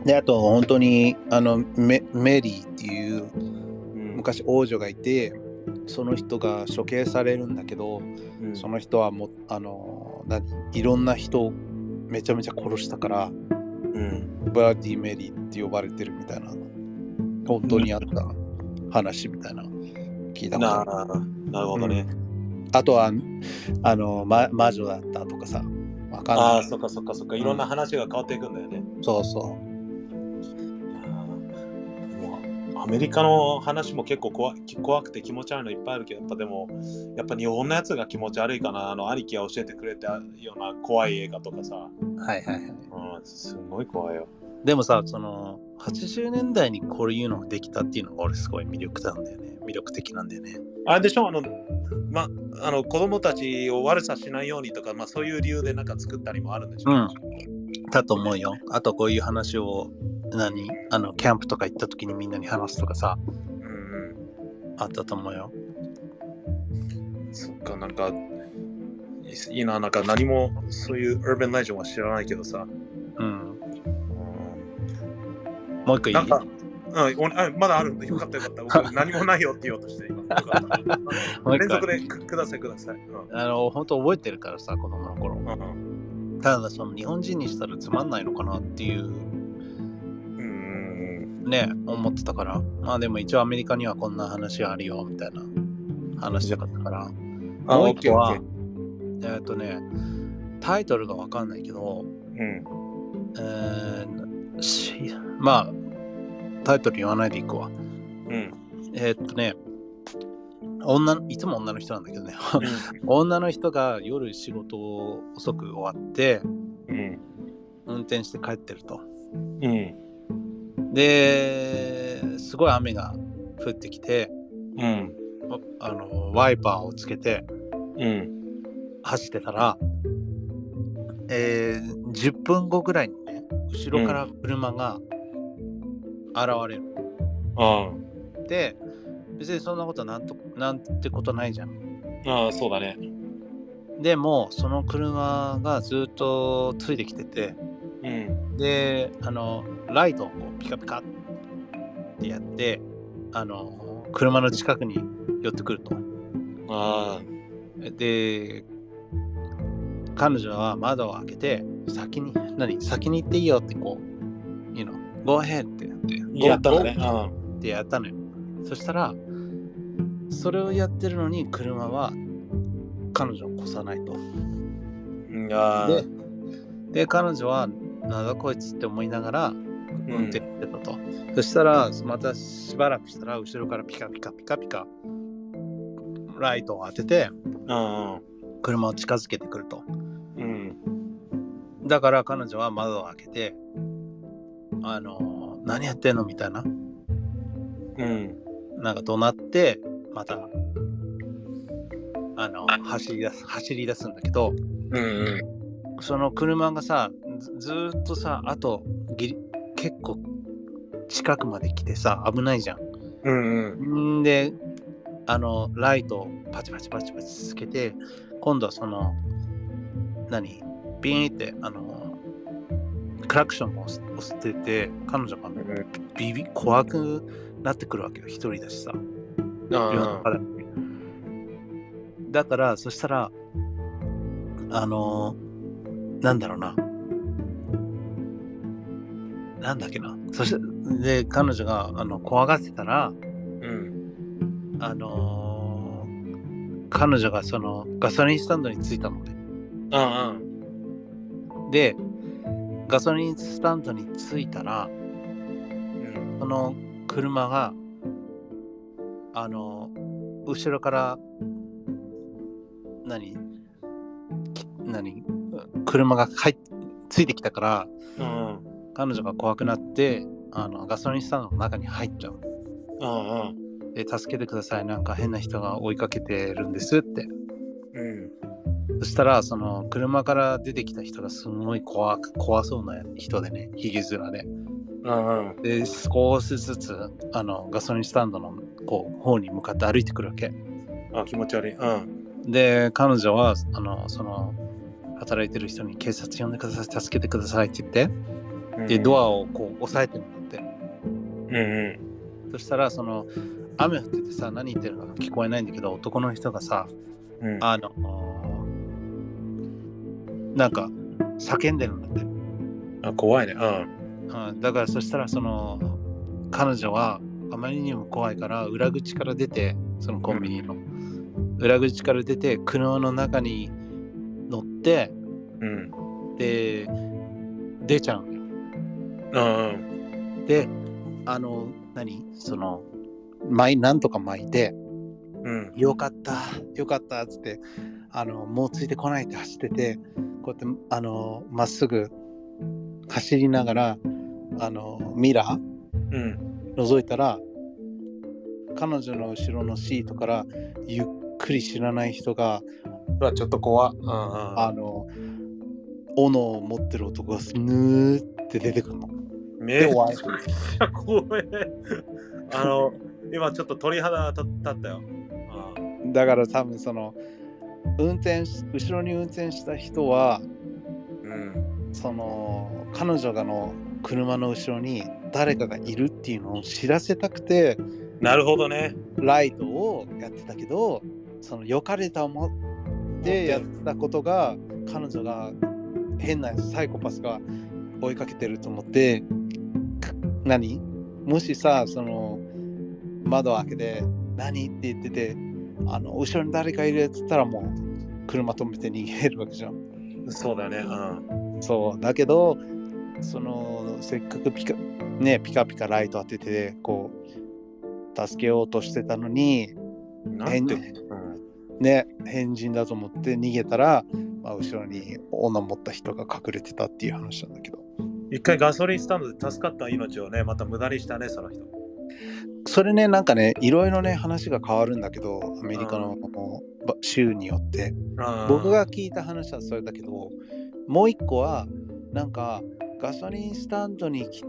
で、あと本当に、あの、メメリーっていううん昔王女がいて、その人が処刑されるんだけど、うんその人はもうあの何いろんな人をめちゃめちゃ殺したから、うんブラディ・メリーって呼ばれてるみたいな本当にあった話みたいな聞いたことなああるなるほどね。あとはあの、ま、魔女だったとかさわかんあなあ、いそっかそっかそっか、いろんな話が変わっていくんだよね。そうそうもうアメリカの話も結構怖い怖くて気持ち悪いのいっぱいあるけどやっぱでもやっぱ日本のやつが気持ち悪いかなあの兄貴が教えてくれたような怖い映画とかさ、はいはいはいうん、すごい怖いよでもさその80年代にこういうのができたっていうのが俺すごい魅力なんだよね魅力的なんだよねあれでしょあのまあの子供たちを悪さしないようにとか、まあ、そういう理由でなんか作ったりもあるんでしょうんだと思うよあとこういう話を何あのキャンプとか行った時にみんなに話すとかさうんあったと思うようん、そっかなんかいいななんか何もそういうウーバンレジョンは知らないけどさ、うんうんもう一個いいなんか、うん、おあまだあるんで、よかったよかっ た。僕何もないよって言おうとして、今。よかったもう一個ある連続でくください、ください。うんあの本当覚えてるからさ子供の頃うんただその日本人にしたらつまんないのかなっていううんね思ってたからまあでも一応アメリカにはこんな話があるよみたいな話だったからあもう一個オッはケえーっとねタイトルがわかんないけどうんえーしまあタイトル言わないでいくうわんえーっとね女のいつも女の人なんだけどねう女の人が夜仕事を遅く終わってん運転して帰ってるとうんですごい雨が降ってきてうんおあのワイパーをつけてうん走ってたら、えー10分後ぐらいにね後ろから車が現れる、あで別にそんなことはなんとなんてことないじゃん。ああ、そうだね。でもその車がずっとついてきててうん。であのライトをこうピカピカってやってあの車の近くに寄ってくると。あで彼女は窓を開けて先に何先に行っていいよってこう「you know go ahead」ってやってあ、やったのね。 Go- go ってやったのよそしたらそれをやってるのに車は彼女を越さないとうん。ああ、でで彼女はなんだこいつって思いながら運転してたと、そしたらまたしばらくしたら後ろからピカピカピカピカライトを当ててうん。車を近づけてくるとうん。だから彼女は窓を開けて、あのー何やってんのみたいな、うん。なんか怒鳴って、また、あのー走り出す、走り出すんだけど、うん。うん。その車がさ、ずずーっとさ、あとぎり、結構近くまで来てさ、危ないじゃうん。うん。ん。んで、あの、ライトをパチパチパチパチつけて、今度はその、何ビーンって、あのークラクションを押す押してて、彼女がビビ怖くなってくるわけよ一人だしさうん夜中だしだからそしたらあのーなんだろうななんだっけなそしてで彼女があの怖がってたらうん。あのー彼女がそのガソリンスタンドに着いたのねうん。でガソリンスタンドに着いたらうん。その車が、あの、後ろから、何き何車が入っついてきたから、うん。彼女が怖くなって、あのガソリンスタンドの中に入っちゃう。うん。で、助けてください。なんか変な人が追いかけてるんですって。うん。そしたら、その車から出てきた人がすごい怖く怖そうな人でね、ひげ面で。うん。で、少しずつ、あの、ガソリンスタンドの、こう、方に向かって歩いてくるわけ。あ、気持ち悪い。うん。で彼女はあのその働いてる人に警察呼んでください助けてくださいって言ってでドア。アをこう押さえてもらってうんうん。そしたらその雨降っててさ何言ってるのか聞こえないんだけど男の人がさうん、あのなんか叫んでるんだってあ怖いね。うん。うんだからそしたらその彼女はあまりにも怖いから裏口から出てそのコンビニの裏口から出て車の中に乗ってうん。で出ちゃうのようん。であの何その巻いなんとか巻いてうん「よかったよかった」っつってあのもうついてこないって走っててこうやってあのまっすぐ走りながらあのミラーうん。覗いたら彼女の後ろのシートからゆっくり知らない人がうわ、ちょっと怖。うんうん。あの斧を持ってる男がスヌーって出てくるの。めっで怖いちゃ怖い。あの、今ちょっと鳥肌立ったよ。だから多分その運転し後ろに運転した人はうん。その彼女がの車の後ろに誰かがいるっていうのを知らせたくてなるほどね。ライトをやってたけどその良かれと思ってやってたことが彼女が変なサイコパスが追いかけてると思ってく何もしさその窓を開けて「何?」って言っててあの後ろに誰かいるっつったらもう車止めて逃げるわけじゃん。そうだね。うん。そうだけどそのせっかくピカ,、ね、ピカピカライト当ててこう助けようとしてたのに、なんて。うん。ね、変人だと思って逃げたら、まあ、後ろに斧持った人が隠れてたっていう話なんだけど一回ガソリンスタンドで助かった命をね、また無駄にしたね、その人。それねなんかねいろいろね話が変わるんだけどアメリカのこのば州によって僕が聞いた話はそれだけどもう一個はなんかガソリンスタンドにき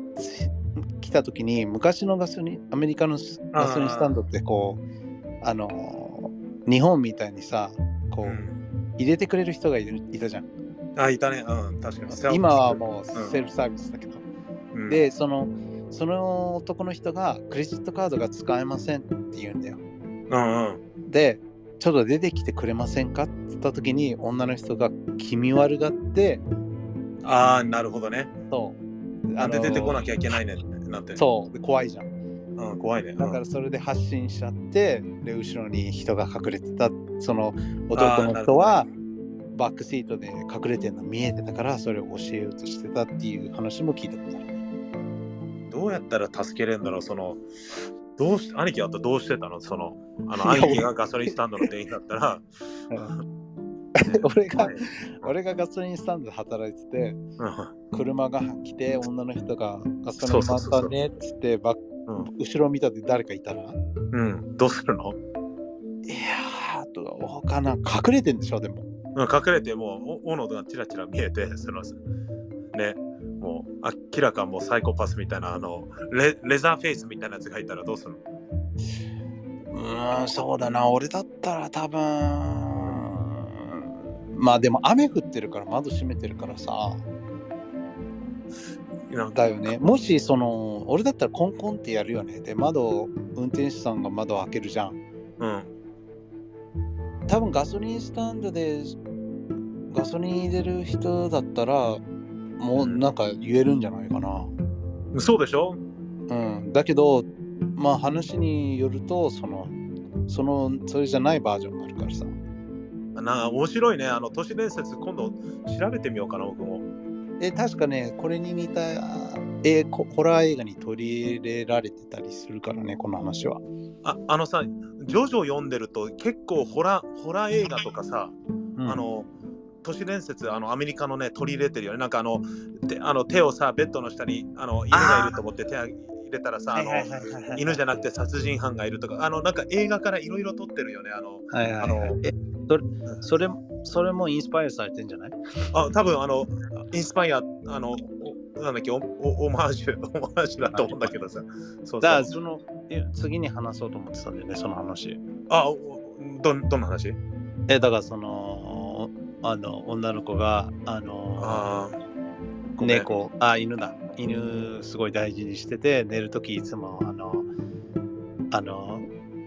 来た時に昔のガソリンアメリカのスガソリンスタンドってこうあのー日本みたいにさこう、うん入れてくれる人がいるいたじゃんあ、いたね。うん、確かに。今はもうんうセルフサービスだけど、うん、でそのその男の人がクレジットカードが使えませんって言うんだようんうん。でちょっと出てきてくれませんかって言った時に女の人が気味悪がってああ、なるほどね。そうなんで出てこなききゃいけないねってなって。そうで怖いじゃんう。うん、怖いね。うんだからそれで発信しちゃって、で後ろに人が隠れてたその男の人あーなはるバックシートで隠れてるの見えてたからそれを教えようとしてたっていう話も聞いたことある。どうやったら助けれるんだろう、その、どうし兄貴だったらどうしてたのその、あの、いや兄貴がガソリンスタンドの店員だったら、俺がね俺がガソリンスタンドで働いててうん車が来て女の人がガソリそンうそう満そうタンねっつってバッうん後ろ見たって誰かいたらいやうん、どうするのーと他な隠れてんでしょでもうん隠れてもうお斧がチラチラ見えてそのねもう明らかもうサイコパスみたいなあのレレザーフェイスみたいなやつがいたらどうするのうーんそうだな俺だったら多分まあでも雨降ってるから窓閉めてるからさなんかだよねもしその俺だったらコンコンってやるよねで窓を運転手さんが窓を開けるじゃんうん多分ガソリンスタンドでガソリン入れる人だったらもうなんか言えるんじゃないかなそうでしょうんだけどまあ話によるとそのそのそれじゃないバージョンがあるからさな面白いねあの都市伝説今度調べてみようかな僕もえ確かねこれに似たえーこホラー映画に取り入れられてたりするからねこの話はああのさジョジョ読んでると結構ホラーホラー映画とかさ、あの都市伝説あのアメリカのね取り入れてるよねなんかあのてあの手をさベッドの下にあの犬がいると思って手あ入れたらさあの犬じゃなくて殺人犯がいるとか、あのなんか映画からいろいろ撮ってるよね。あの、はいはい、あの、それそれもインスパイアされてんじゃないあ多分あの、インスパイア、あの、おなんだっけ、おおオマージュ、オマージュだと思うんだけどさ。そうだかそらうそのえ次に話そうと思ってたんだよねその話あ、おどんどんな話えだからそのあの女の子があのあごめん猫あ犬だ犬すごい大事にしてて寝る時いつもあのあの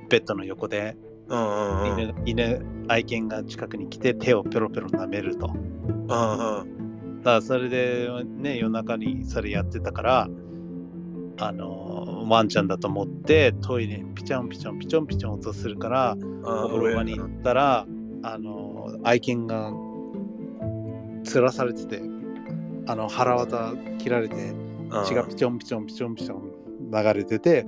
ベッドの横であ、うんうんうん。犬,、犬愛犬が近くに来て手をペロペロ舐めるとうんうんだからそれでね夜中にそれやってたからあのワンちゃんだと思ってトイレにピチャンピチャンピチャンピチャン音するからあお風呂場に行ったら、あの、愛犬が、吊らされてて、あの、腹渡切られて、血がピチョンピチョンピチョンピチョン流れてて、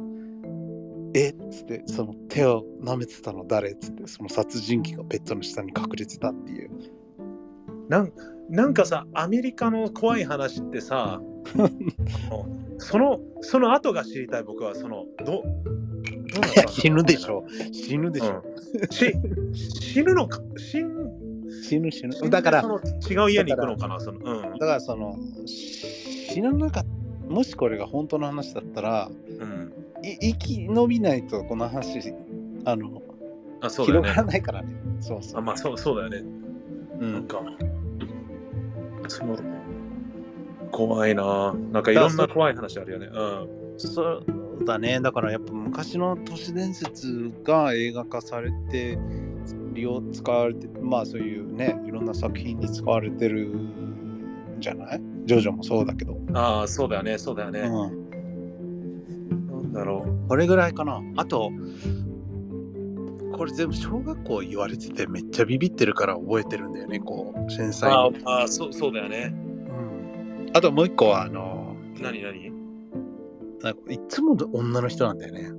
えっつって、その手を舐めてたの誰っつって、その殺人鬼がベッドの下に隠れてたっていう。なんなんかさアメリカの怖い話ってさあのそのその後が知りたい僕はそのどどうなったんだろう 死ぬでしょ死ぬでしょ、し死ぬのか死ん死ぬ死死んでぬ。だから、そだの違う家に行くのかなそのうんからその、死ななかった。もしこれが本当の話だったら、うんい生き延びないとこの話、あの、あそうだよ広がねらないからね。そうそう。あまあそうそうだよねうなんん、かその怖いななんかいろんな怖い話あるよねうんそうだね。だからやっぱ昔昔の都市伝説が映画化されて利用使われてまあそういうねいろんな作品に使われてるんじゃないジョジョもそうだけど、ああそうだよねそうだよねうん、なんだろこれぐらいかな。あと、これ全部小学校言われててめっちゃビビってるから覚えてるんだよね、こう、繊う細あに。ーあーそうそうだよねうんあともう一個は、あの、何何なんかいつも女の人なんだよね。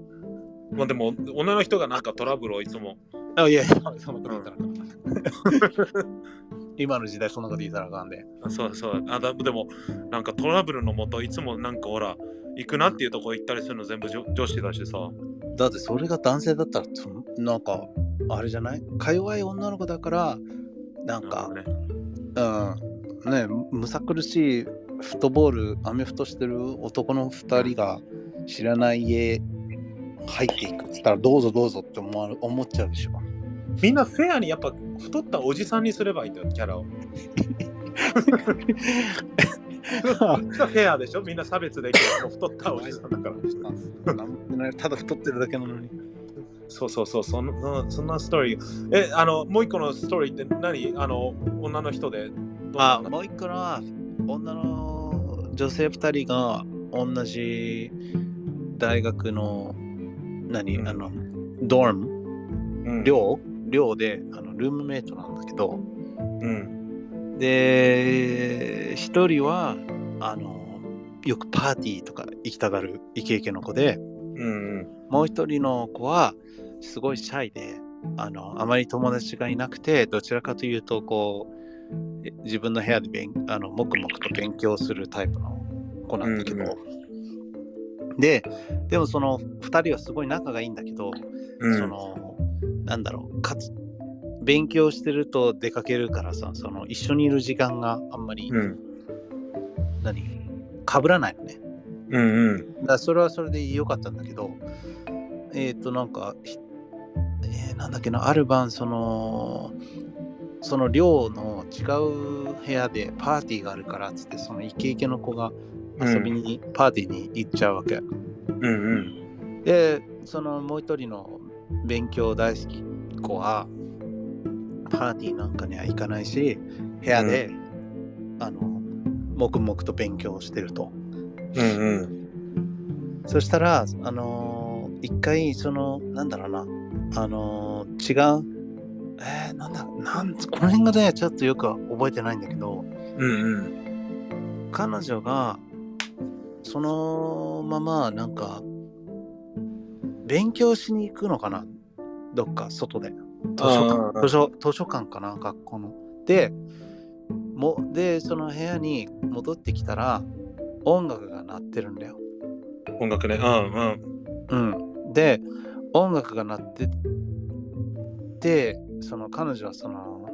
まあでも女の人がなんかトラブルをいつもあ、いやいや、そんなこと言ったらあかん。今の時代そんなこと言ったらあかんで。あそうだそうだあだでもなんかトラブルのもといつもなんかほら行くなっていうとこ行ったりするの全部女女子だしさだってそれが男性だったら、そんなんか、あれじゃないか弱い女の子だから、なんか、ねうん、ねむさ苦しいフットボールアメフトしてる男の2人が知らない家入っていくっつったらどうぞどうぞって思わ思っちゃうでしょみんなフェアにやっぱ太ったおじさんにすればいいんだよ、キャラを。みんなフェアでしょみんな差別できる。もう太ったおじさんだから。なんもないただ太ってるだけなのにそうそうそう、そんなそんなストーリー。え、あの、もう一個のストーリーって何あの、女の人で。あもう一個のは女の女性2人が同じ大学の何、うんあのドームうん、寮寮であのルームメイトなんだけどうん。で一人はあのよくパーティーとか行きたがるイケイケの子でうん。もう一人の子はすごいシャイであのあまり友達がいなくてどちらかというとこうえ自分の部屋で勉あの黙々と勉強するタイプの子なんだけど、ででもその2人はすごい仲がいいんだけど、うんそのなんだろうかつ勉強してると出かけるからさその一緒にいる時間があんまり、うん。何かぶらないのね。うん。うん。だからそれはそれで良かったんだけど、えっ、と、なんか、ひえーなんだっけな、ある晩、その、その寮の違う部屋でパーティーがあるからっつって、そのイケイケの子が遊びに、パーティーに行っちゃうわけ。うん。で、そのもう一人の勉強大好き子は、パーティーなんかには行かないし、部屋で、あの、黙々と勉強してると。うん。そしたら、あのー一回、その、なんだろうな、あのー違う、えー、なんだ、なんこの辺がね、ちょっとよく覚えてないんだけど、うん。彼女が、そのまま、なんか、勉強しに行くのかな、どっか、外で。図書あー館図書図書館かな、学校の。で、もで、その部屋に戻ってきたら、音楽が鳴ってるんだよ。音楽ね。うん。うん。うん、で音楽が鳴っててその彼女はその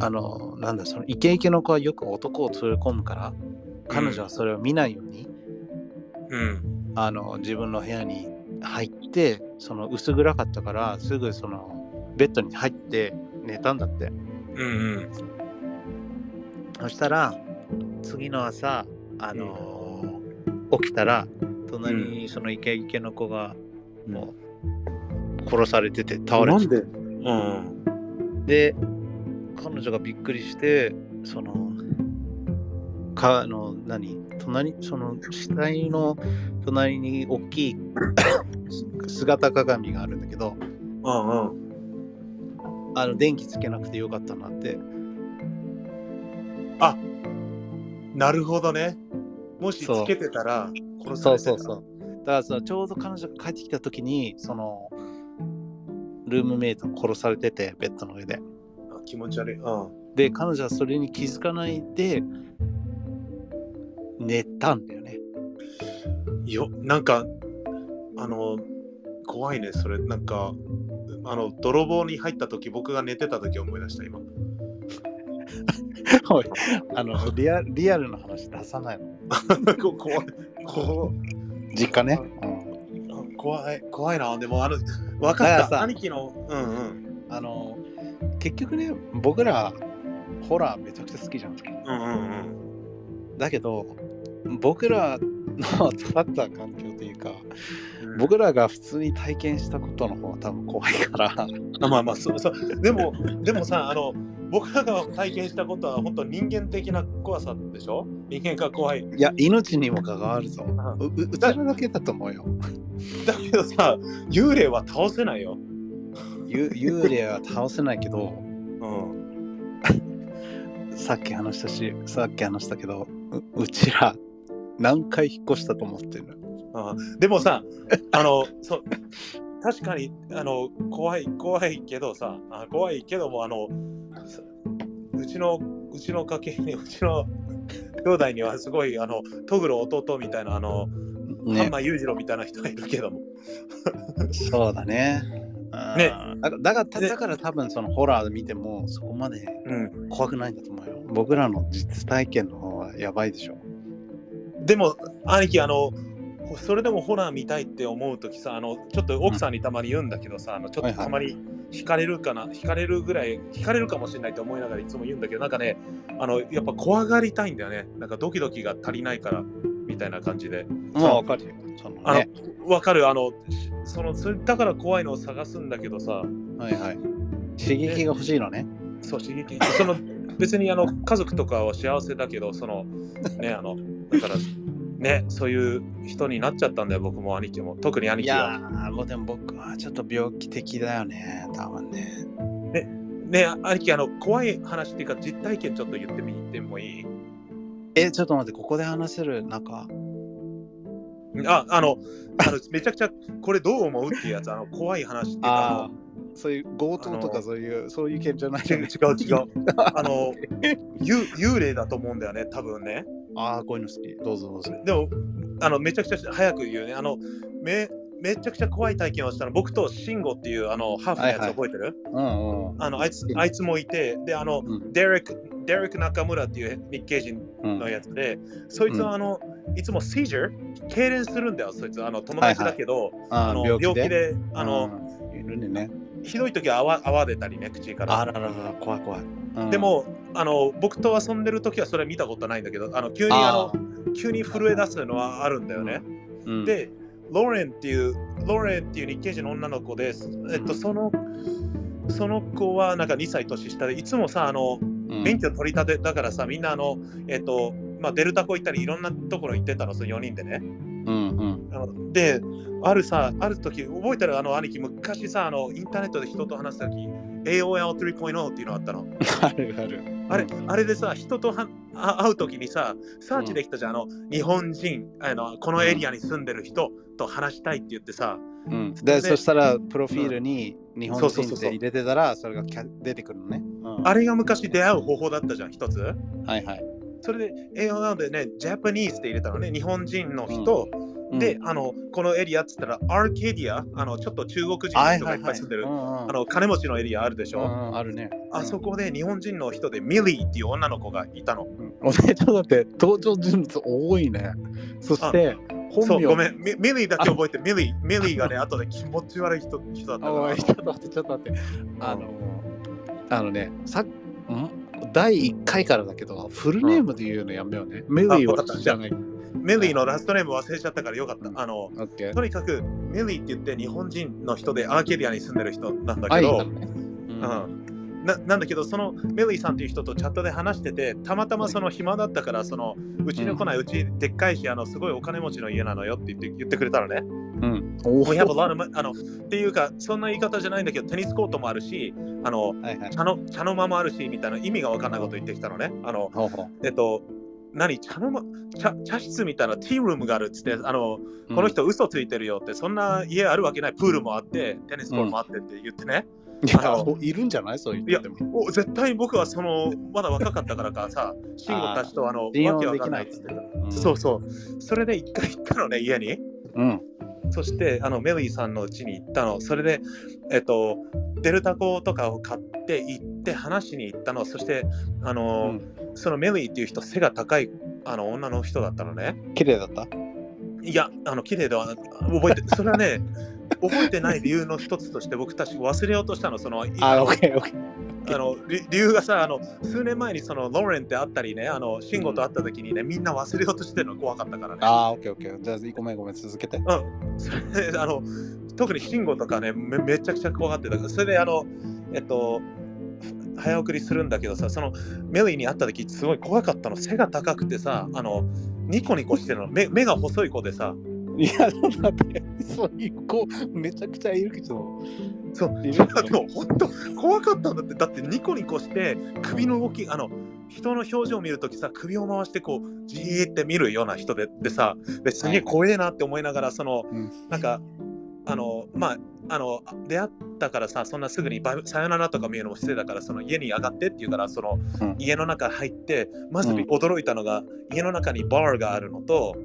あのなんだそのイケイケの子はよく男を連れ込むから彼女はそれを見ないように、うん。あの自分の部屋に入ってその薄暗かったからすぐそのベッドに入って寝たんだってうん。そしたら次の朝あのー起きたら隣にそのイケイケの子がもう殺されてて倒れててでうん。で彼女がびっくりしてそのかあの何隣その死体の隣に大きい 姿鏡があるんだけどうん。うん。あの電気つけなくてよかったなってなるほどね。もしそうつけてたら殺さそれてた。うそうそうだからさちょうど彼女が帰ってきた時にそのルームメイト殺されててベッドの上であ気持ち悪い。うん。で彼女はそれに気づかないで寝たんだよねよ、なんか、あの、怖いね、それ。なんか、あの、泥棒に入った時、僕が寝てた時思い出した、今。おいあのリアリアルな話出さないのこ怖い。こ実家ね、怖い。怖いな。でも、あの、分だかかっらた。さ兄貴の。うんうん。あの結局ね僕らホラーめちゃくちゃ好きじゃんうんうんだけど僕らの 育った環境というかうん。僕らが普通に体験したことの方が多分怖い からあまあまあそうそうでもでもさあの僕らが体験したことは本当人間的な怖さでしょ人間が怖いいや命にも関わるぞううううちらだけだと思うよだけどさ幽霊は倒せないよ、ゆ幽霊は倒せないけどうん、さっき話したしさっき話したけどううちら何回引っ越したと思ってるのでもさあのそう確かにあの怖い怖いけどさあ怖いけどもあのうちのうちの家系にうちの兄弟にはすごいあのトグロ弟みたいなあの、ハンねマー裕次郎みたいな人がいるけどもそうだねねうんだだからねだから多分そのホラー見てもそこまでうん怖くないんだと思うよ僕らの実体験の方はやばいでしょ。でも、兄貴、あの、それでもホラー見たいって思うときさ、あの、ちょっと奥さんにたまに言うんだけどさ、あのちょっはといはいたまに惹かれるかな、惹かれるぐらい、惹かれるかもしれないと思いながらいつも言うんだけど、なんかね、あの、やっぱ怖がりたいんだよね。なんかドキドキが足りないから、みたいな感じで。まあ、わかるよ。そのあのね、、わかる、あの、その、それだから怖いのを探すんだけどさ、はいはい。刺激が欲しいのね。そう刺激その別にあの家族とかは幸せだけどそのねあのだからねそういう人になっちゃったんだよ僕も兄貴も特に兄い貴やがー、もうでも僕はちょっと病気的だよね。多分ね。ね兄貴あの怖い話っていうか実体験ちょっと言ってみてもいいえ、ちょっと待って、ここで話せる、なんか、ああのあのめちゃくちゃこれどう思うっていうやつあの怖い話っていうかあーそういう強盗とあかのそういう、そういう系じゃないあの違う違う違う。あの幽幽霊だと思うんだよね多分ね ああ、こういうの好き。どうぞどうぞ。でもあのめちゃくちゃ早く言うねあのめめちゃくちゃ怖い体験をしたの僕と慎吾っていうあのハーフのやつはいはい覚えてる、うんうん。あのあいつあいつもいて、で、あの、うんデレック、デレック中村っていう日系人うんのやつで、そいつうんはあの、いつも seizure、痙攣するんだよ、そいつ。あの友達だけど、ああのー病病気気で、で。あの、うん、いるねね。ひどい時は泡泡出たりね、口から。あらららら、怖い怖い。うんで、も、あの僕と遊んでる時はそれ見たことないんだけど、あの急にああの急に震え出すのはあるんだよね。ーうん、で、ローレンっていう、ローレンっていう日系人の女の子です。えっうと、んその、その子はなんか2歳年下で、いつもさ、あの、うん免許取り立てだからさ、みんなあの、えっ、と、まあ、デルタ湖行ったり、いろんなところ行ってたの、その4人でね。うんうん。あので、あるさ、ある時覚えてるあの兄貴、昔さ、あのインターネットで人と話す時 AOL3.0 っていうのあったの。あるある。あれ、うんあれでさ、人とはあ会う時にさ、サーチできたじゃん、あの、日本人あの、このエリアに住んでる人と話したいって言ってさ、うん、ででそしたらプロフィールに日本そうそう人そうそってう入れてたらそれがキャ出てくるのね。うんあれが昔出会う方法だったじゃん、一つ。はいはい。それで、AOL でね、ジャパニーズって入れたのね、日本人の人、で、あのこのエリアっつったらアーケディアあのちょっと中国人はの人がいっぱい住んでる、あの金持ちのエリアあるでしょ、うんうんあるね。あそこで日本人の人でミリーっていう女の子がいたのうん。お姉ちゃんだって登場人物多いね。そしてそ本う名ごめんミミリーだけ覚えてミリーミリー がね後で気持ち悪い人人だったあかおらいちょっと待ってちょっと待って。あのあのねさん第1回からだけどフルネームで言うのやめようね。メリーわかはった知らない。ミリーのラストネーム忘れちゃったからよかった、うんあのオッケー。とにかくミリーって言って日本人の人でアーケディアに住んでる人なんだあけいいど、だね。うんうんななんだけどそのメリーさんという人とチャットで話しててたまたまその暇だったからそのうちの来ないうちでっかいしあのすごいお金持ちの家なのよって言って言ってくれたのね。うん。お We have a ー lot of mon- あのっていうかそんな言い方じゃないんだけどテニスコートもあるしあのはいはい。茶の茶の間もあるしみたいな意味がわかんないこと言ってきたのね。あのほうほうえっと何茶の間茶茶室みたいなティールームがあるっつってあのうんこの人嘘ついてるよってそんな家あるわけないプールもあってテニスコートもあってって言ってね。いあやのおいるんじゃないそういういや人でも。お絶対僕はそのまだ若かったからかさ、慎吾たちとあの、わけ信用わでかきんなないっいっつつっっててそうそう。それで一回行ったのね、家に。うん。そして、あのメリーさんの家に行ったの。それで、えっと、デルタコとかを買って行って話しに行ったの。そして、あの、そのメリーっていう人、背が高いあの女の人だったのね。綺麗だったいや、あの、綺麗では覚えて、それは ね、覚えてない理由の一つとして僕たち忘れようとしたの、その、あ、オッケーオッケー。あのり理由がさあの数年前にそのローレンって会ったりねあのシンゴと会った時にねみんな忘れようとしてるの怖かったからねあー、オッケーオッケー。じゃあ、ごめんごめん、続けて。それで あの特にシンゴとかねめめちゃくちゃ怖がってたからそれであのえっと早送りするんだけどさそのメリーに会った時すごい怖かったの背が高くてさあのニコニコしてるの目目が細い子でさいや、ちょっと待って、そういう子、めちゃくちゃいるけど。そういいるやでも本当怖かったんだってだってニコニコして首の動きあの人の表情を見るときさ首を回してこうじーって見るような人ででさですげえ怖えなって思いながらその、うんなんかあのまああの出会ったからさそんなすぐにバイさよならとか見るのも失礼だからその家に上がってって言うからその、うん家の中入ってまずうん驚いたのが、家の中にバーがあるのと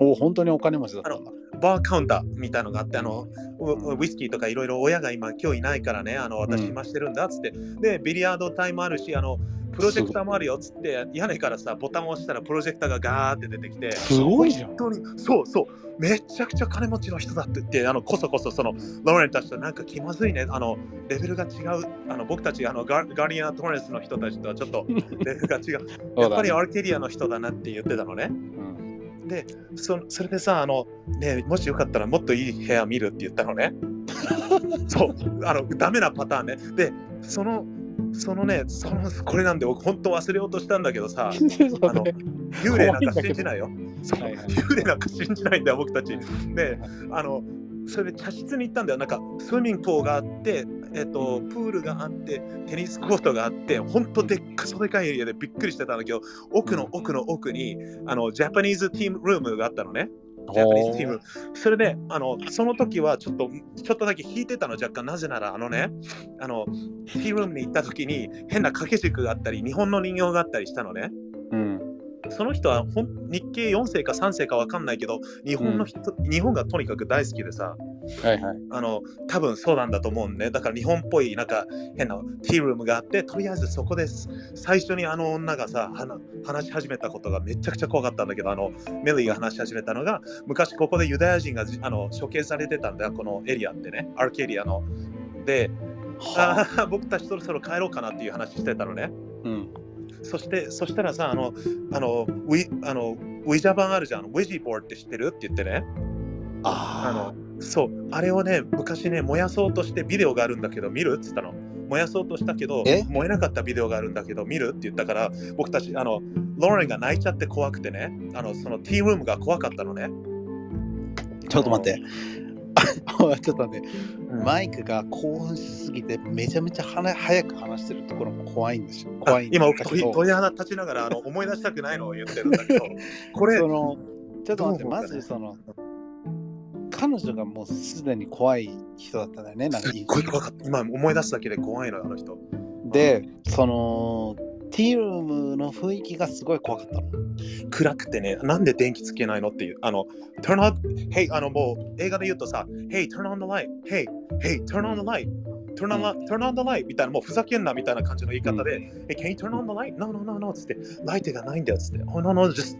お本当にお金持ちだったんだ。バーカウンターみたいのがあってあの、ウうんウイスキーとかいろいろ親が今今日いないからねあの私うん暇してるんだっつって、でビリヤードタイムあるしあのプロジェクターもあるよっつって屋根からさボタンを押したらプロジェクターがガーって出てきてすごいじゃん本。当にそうそうめちゃくちゃ金持ちの人だって言ってあのこそこそそのローレンたちとなんか気まずいねあのレベルが違うあの僕たちあのガガーディアン・トーレスの人たちとはちょっ とレベルが違うやっぱりアルケリアの人だなって言ってたのねうんでそそれでさあの、ね、もしよかったらもっといい部屋見るって言ったの ねそうあのダメなパターンねでそのそのねそのこれなんで僕本当忘れようとしたんだけど さあの幽霊なんか信じないよそうはいはい幽霊なんか信じないんだよ僕たちであのそれで茶室に行ったんだよなんかスイミングポーがあってえっと、プールがあってテニスコートがあって本当でっかそでかいエリアでびっくりしてたんだけど奥の奥の奥にあのジャパニーズティームルームがあったのねジャパニーズチーム。それで、あの、その時はちょっと、ちょっとだけ引いてたの、若干。なぜなら、あのね、あの、ティールームに行った時に、変な掛け軸があったり、日本の人形があったりしたのね。うん。その人はほん日系4世か3世かわかんないけど、日本の人、日本がとにかく大好きでさ、はいはい。あの、多分そうなんだと思うんね。だから日本っぽい、なんか変なティールームがあって、とりあえずそこです。最初にあの女がさ、はな話し始めたことがめちゃくちゃ怖かったんだけど、あの、メリーが話し始めたのが、昔ここでユダヤ人がじあの処刑されてたんだよ、このエリアってね、アルケリアの。で、あー僕たちそろそろ帰ろうかなっていう話してたのね。うん。そして、そしたらさ、あの、あの、ウィあのウィジャ版あるじゃん、ウィジーボードって知ってるって言ってね。ああのそうあれをね昔ね燃やそうとしてビデオがあるんだけど見るって言ったの燃やそうとしたけどえ燃えなかったビデオがあるんだけど見るって言ったから僕たちあのローレンが泣いちゃって怖くてねあのそのティールームが怖かったのね、あ。ちょっと待って。あ ちょっと待って。あマイクが興奮しすぎて、めちゃめちゃはな早く話してるところも怖いんでしょ。怖いんだ今僕けど鳥鳥肌立ちながらあの思い出したくないのを言ってるんだけどこれそのちょっと待って、どう思うまかねずその、彼女がもうすでに怖い人だったんだよね、なんすかっごい怖かった今思い出すだけで怖いのよあの人で、その、ティールームの雰囲気がすごい怖かったの。暗くてね、なんで電気つけないのっていう、あの、turn on, hey, あのもう映画で言うとさ、hey, turn on the light, hey, hey, turn on the light, turn on, the- turn on the light みたいな、もうふざけんなみたいな感じの言い方で、hey, can you turn on the light? No, no, no, no つって、ライトがないんだよつって、oh, no, no, just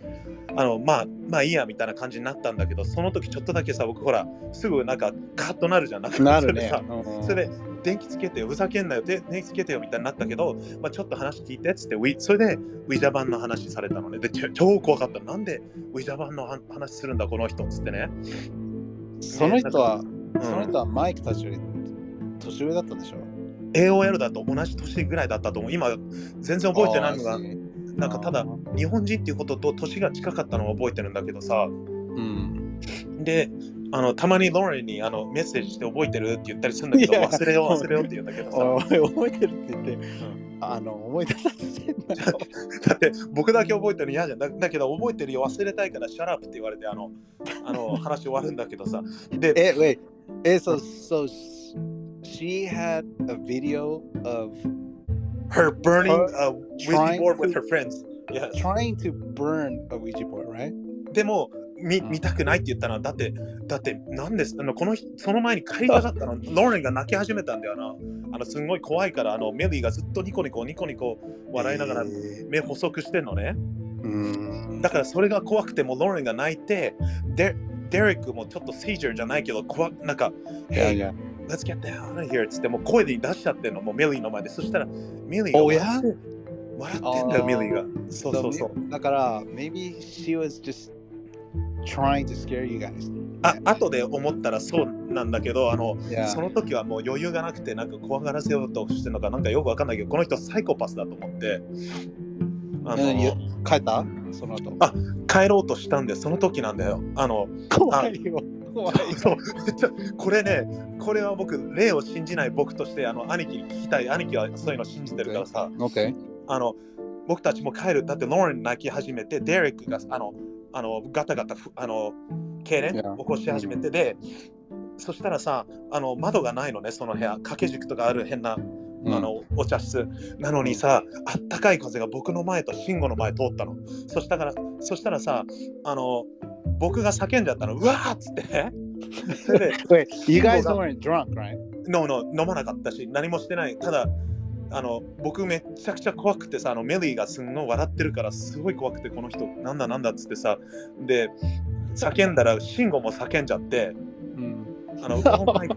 あの、まあ、まあいいやみたいな感じになったんだけど、その時ちょっとだけさ、僕ほら、すぐなんかカッとなるじゃん。んかなそるれねさ。それで電気つけてよふざけんなよで電気つけてよみたいになったけど、まあ、ちょっと話聞いてっつってウィそれでウィジャ版の話されたのねでちょ超怖かったなんでウィジャ版の話話するんだこの人っつってね、その人は、うん、その人はマイクたちより年上だったんでしょ AOL だと同じ年ぐらいだったと思う今全然覚えてないのがあーなんかただあー日本人っていうことと年が近かったのを覚えてるんだけどさうん。であのたまにローレンにあのメッセージして覚えてるって言ったりするんだけどいや忘れよう忘れようって言うんだけどさおいおい覚えてるって言って、あの、思い出させてん だよ。だって僕だけ覚えてるの嫌じゃんだだけど覚えてるよ忘れたいからシャラップって言われてあ のあの話終わるんだけどさでえ、wait. え、so, so, she had a video of Her burning a Ouija Trying board with to- her friends Yes trying to burn a Ouija board, right? でも見見たくないって言ったのはだってだってなんですあのこの日その前に帰りたか ったのローレンが泣き始めたんだよなあのすんごい怖いからあのメリーがずっとニコニコニコニコ笑いながらえー目細くしてんのねうーんだからそれが怖くてもローレンが泣いてデデレックもちょっとセイジャーじゃないけど怖くなんかいやいや。 Let's get the hell out of here! っつってもう声で出しちゃってんの、もうミリーの前で。そしたら、ミリーがお笑やって笑ってんだよ、あーミリーが。そうそうそう。だから、maybe she was just trying to scare you guys. あ後で思ったらそうなんだけど、あの、 Yeah. その時はもう余裕がなくて、なんか怖がらせようとしてるのか、なんかよくわかんないけど、この人サイコパスだと思って、あえの帰ったそ の後。あ帰ろうとしたんで、その時なんだよ。あの、怖いよ。怖いよ。そう ちょこれね、これは僕、霊を信じない僕として、あの、兄貴に聞きたい、兄貴はそういうの信じてるからさ。 OK。あの僕たちも帰るだってローレン泣き始めてデレックがあのあのガタガタふあの痙攣 Yeah. 起こし始めてで、そしたらさあの窓がないのねその部屋掛け軸とかある変な、あのお茶室なのにさあったかい風が僕の前と慎吾の前通ったのそしたからそしたらさあの僕が叫んじゃったのうわーっつってそれで Wait, you guys weren't drunk, right? No, no, 飲まなかったし、何もしてない。ただ、あの僕めちゃくちゃ怖くてさあのメリーがすんごい笑ってるからすごい怖くてこの人なんだなんだっつってさで叫んだらシンゴも叫んじゃってうん。あの、Oh my god,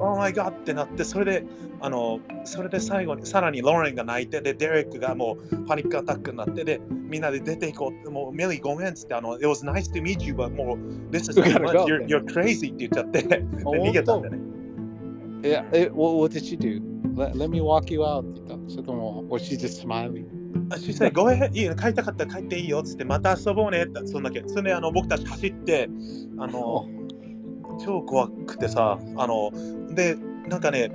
Oh my god ってなって、それで、あの、それで最後に、さらにローレンが泣いて、で、デレックがもうパニックアタックになって、で、みんなで出ていこう、もう、メリーごめんっつって、あの、It was nice to meet you, but もう、This is You too gotta much, go. you're, you're crazy って言っちゃって、で、逃げたんだよね。 Yeah, it, what, what did she do? Let, let me walk you out って言った。それとも、or she just smiling? あ、she said, go ahead, いいよ、帰りたかったら帰っていいよっつって、また遊ぼうねって、そんだけ。それで、あの、僕たち走って、あの、超怖くてさ、あの、で、なんかね、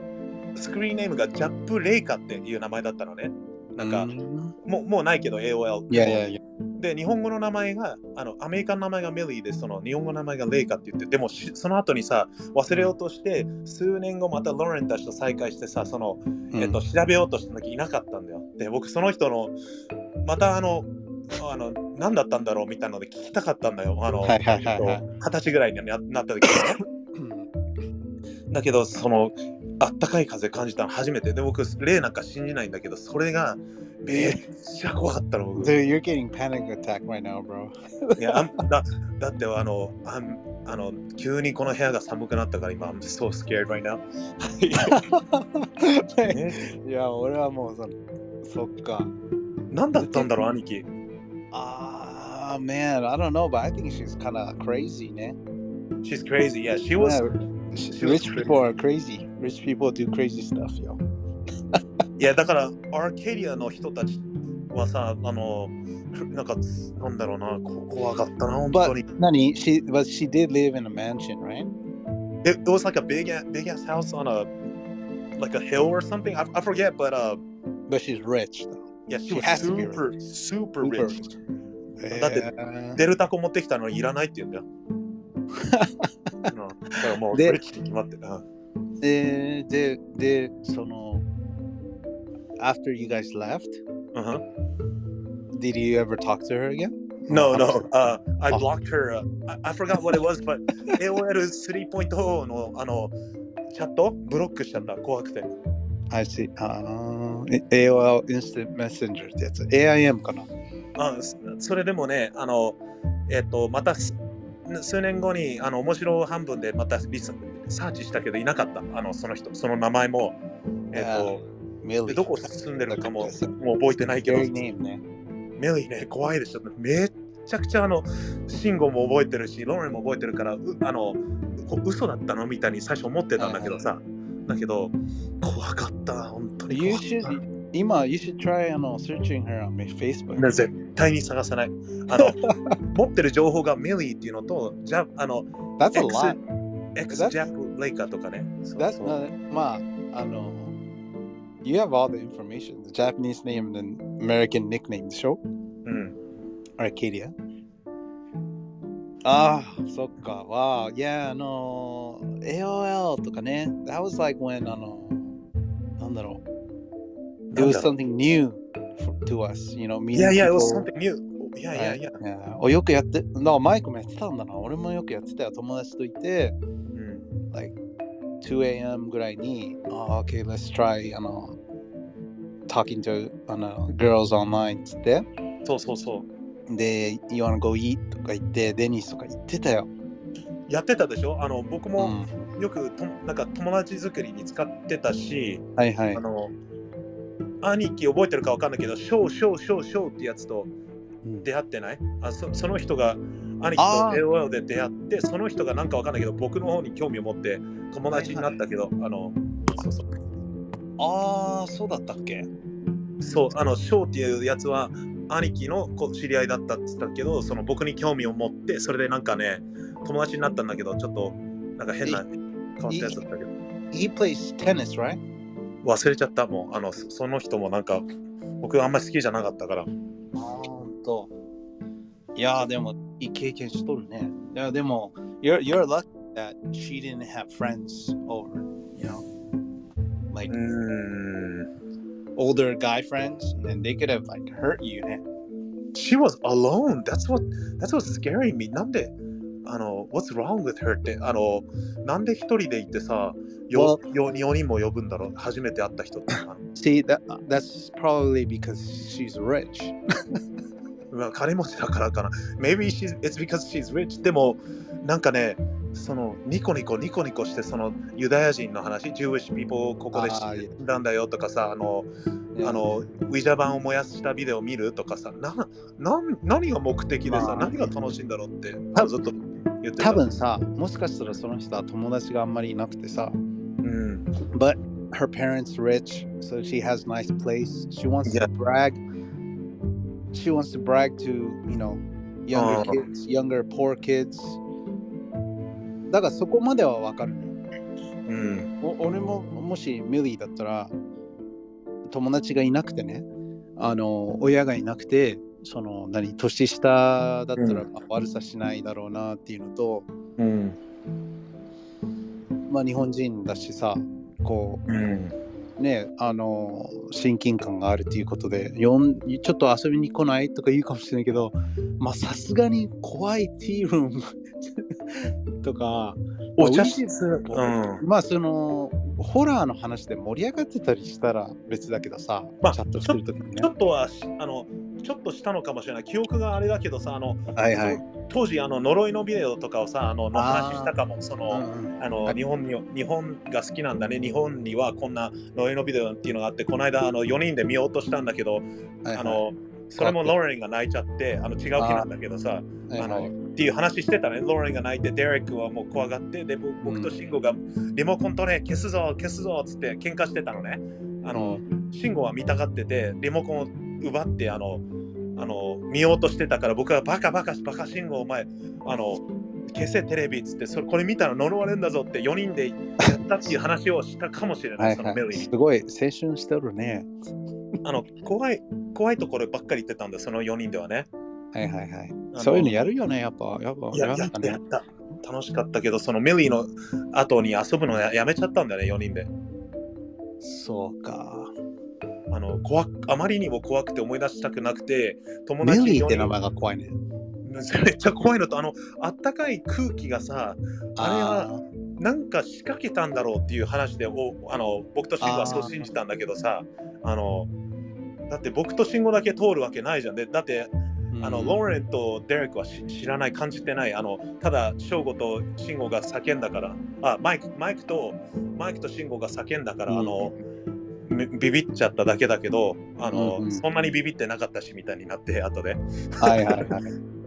スクリーンネームがジャップ・レイカっていう名前だったのね。なんか、Mm-hmm. もうもうないけど AOL。いやいやいや。で、日本語の名前が、あの、アメリカの名前がメリーで、その日本語の名前がレイカって言って、でもしその後にさ、忘れようとして、数年後またローレンたちと再会してさ、その、え っと、調べようとした時いなかったんだよ。で、僕その人の、またあの、あの何だったんだろうみたいなので聞きたかったんだよ。あの、はいはいはい はいえっと二十歳ぐらいにななった時にね。だけどそのあったかい風感じたの初めてで僕霊なんか信じないんだけどそれがめっちゃ怖かったの僕 Dude, you're getting panic attack right now, bro. いやあんだだってあのあんあの急にこの部屋が寒くなったから今 I'm so scared right now えいや、俺はもうその、そっか。何だったんだろう兄貴ああ、man, Ah, I don't know, but I think she's kind of crazy ね。 She's crazy yeah she was She- She was Rich people are crazy. Rich people do crazy stuff, yo. いやだからアーケリアの人たちはさあのなんかなんだろうなこ怖かったな本当 But に何 she, but she did live in a mansion, right? it, it was like a big a- big ass house on a like a hill or something I, I forget but uh But she's rich, though. Yeah, she She was has to be super, super Super rich. rich. だってデルタコ持ってきたのにいらないって言 うんだよ。うん、だからもう、でリッチに決まってる。うんで、で、で、その、after you guys left, Uh-huh. did you ever talk to her again? No, あ no. Uh, I あ blocked her. Uh, I, I forgot what it was, but AOL3.0 のあのチャットブロックしちゃった。怖くて。 I see. uh, あーえ AOL Instant Messenger ってやつ。AIM かな Eh, あそそれでもね、あの、えっ、と、またす数年後に、あの、面白半分でまたリスサーチしたけどいなかった。あの、その人、その名前も、えっ、と、メでリー。どこ住んでるかも、 Scary もう覚えてないけど。 name ね。メリーね、怖いでしょ。めっちゃくちゃあの、シンゴも覚えてるし、ローレンも覚えてるから、うあの、こ嘘だったのみたいに最初思ってたんだけどさ。だけど、怖かったな、本当に You 怖かった。 should, 今、you should try あの searching her on my Facebook. ね絶対に探さない。あの、持ってる情報がメリーっていうのと、じゃあの、 That's X- a lot. X ジ That's- ャック・レイカーとかね。そう That's そう not, まあ、あの、You have all the information. The Japanese name and American nickname でしょうん。 Arcadia. ああ、そっか。わあ、いや、あの、AOL とかね。That was like when, あの、なんだろう。It なん was だろ something new for, to us, you know, う meeting いやいや、it was people. something new. いやいやいや。はいおよくやって、なマイクもやってたんだな。俺もよくやってたよ。友達といて、うん。 2am ぐらいに、あ、okay, Oh, let's try, あの、talking to あの girls online っつって、そうそうそう。で、you wanna go eat とか言って、デニスとか言ってたよ。やってたでしょあの、僕うもん、よくと、なんか友達作りに使ってたし、はいはいあ。の、兄貴覚えてるかわかんないけど、ショー、ショー、ショー、ショーってやつとうん出会ってないあそその人が、兄貴とあー AOL で出会って、その人がなんかわかんないけど、僕の方に興味を持って友達になったけど、あの、そうそう。ああ、そうだったっけそう、あの、ショーっていうやつは、兄貴のこ知り合いだったって言ったけど、その僕に興味を持って、それでなんかね、友達になったんだけど、ちょっと、なんか変な変わったやつだったけど、 He plays tennis, right? 忘れちゃった、もう、あの、そその人もなんか、僕あんまり好きじゃなかったから。あーほんと。いやー、でも、いい経験しとるね。いや、でも、you're, you're lucky that she didn't have friends over, you know? Like, うーん。 older guy friends, and then they could have, like, hurt you ね。 She was alone. That's what that's what's scaring me. なんであの What's wrong with her ってあのなんで一人でいてさよよ日本人も呼ぶんだろう初めて会った人ってあ See, that uh, that's probably because she's rich. まあ金持ちだからかな Maybe she's, it's because she's rich でもなんかねそのニコニコニコニコしてそのユダヤ人の話 Jewish people をここであー死んだんだよとかさあのあのウィジャ版を燃やしたビデオを見るとかさななん何が目的でさ、まあ何が楽しいんだろうって多分ずっと言ってた多分さ、もしかしたらその人は友達があんまりいなくてさ。うん、 But her parents rich, so she has nice place. She wants Yeah. to brag. She wants to brag to you know younger Oh. kids, younger poor kids. だからそこまではわかるのよ。うん、お俺ももしミリーだったら友達がいなくてねあの親がいなくてその何年下だったら、うんまあ悪さしないだろうなっていうのと、うん、まあ、日本人だしさこうん、うねあの親近感があるっていうことでよんちょっと遊びに来ないとか言うかもしれないけどまあさすがに怖いティールーム とかお茶室、うん、まあそのホラーの話で盛り上がってたりしたら別だけどさ、まあチャットしてるときにねちょ。っとはしあのちょっとしたのかもしれない記憶があれだけどさあのはい。はい当時あの呪いのビデオとかをさあののあー話したかもそのあの日本に日本が好きなんだね日本にはこんな呪いのビデオっていうのがあってこの間あの4人で見ようとしたんだけどあのそれもローレンが泣いちゃってあの違う日なんだけどさああのっていう話してたねローレンが泣いてデレックはもう怖がってで僕僕とシンゴがリモコン取れ消すぞ消すぞっつって喧嘩してたのねあの、慎吾は見たがっててリモコンを奪ってあのあの見ようとしてたから僕はバカバカバカ慎吾お前あの消せテレビっつってそれこれ見たら呪われるんだぞって4人でやったっていう話をしたかもしれなはいいそのはメい、リーすごい青春しておるね。あの怖い怖いところばっかり言ってたんだよその4人ではねはいはいはい。あのそういうのやるよね、やっぱ。やっぱいやややらなっんたかねやった楽しかったけどそのメリーの後に遊ぶのややめちゃったんだよね4人でそうか。あの怖くあまりにも怖くて思い出したくなくて友メ達リーって4人名前が怖いね。めっちゃ怖いのとあのあったかい空気がさあれはなんか仕掛けたんだろうっていう話でおあの僕と慎吾はそう信じたんだけどさあのだって僕と慎吾だけ通るわけないじゃんでだってあのローレンとデレックはし知らない感じてないあのただ翔吾と慎吾が叫んだからあマイクマイクとマイクと慎吾が叫んだから、あのめビビっちゃっただけだけどあの、うんうんそんなにビビってなかったしみたいになって後でーはいはいはい。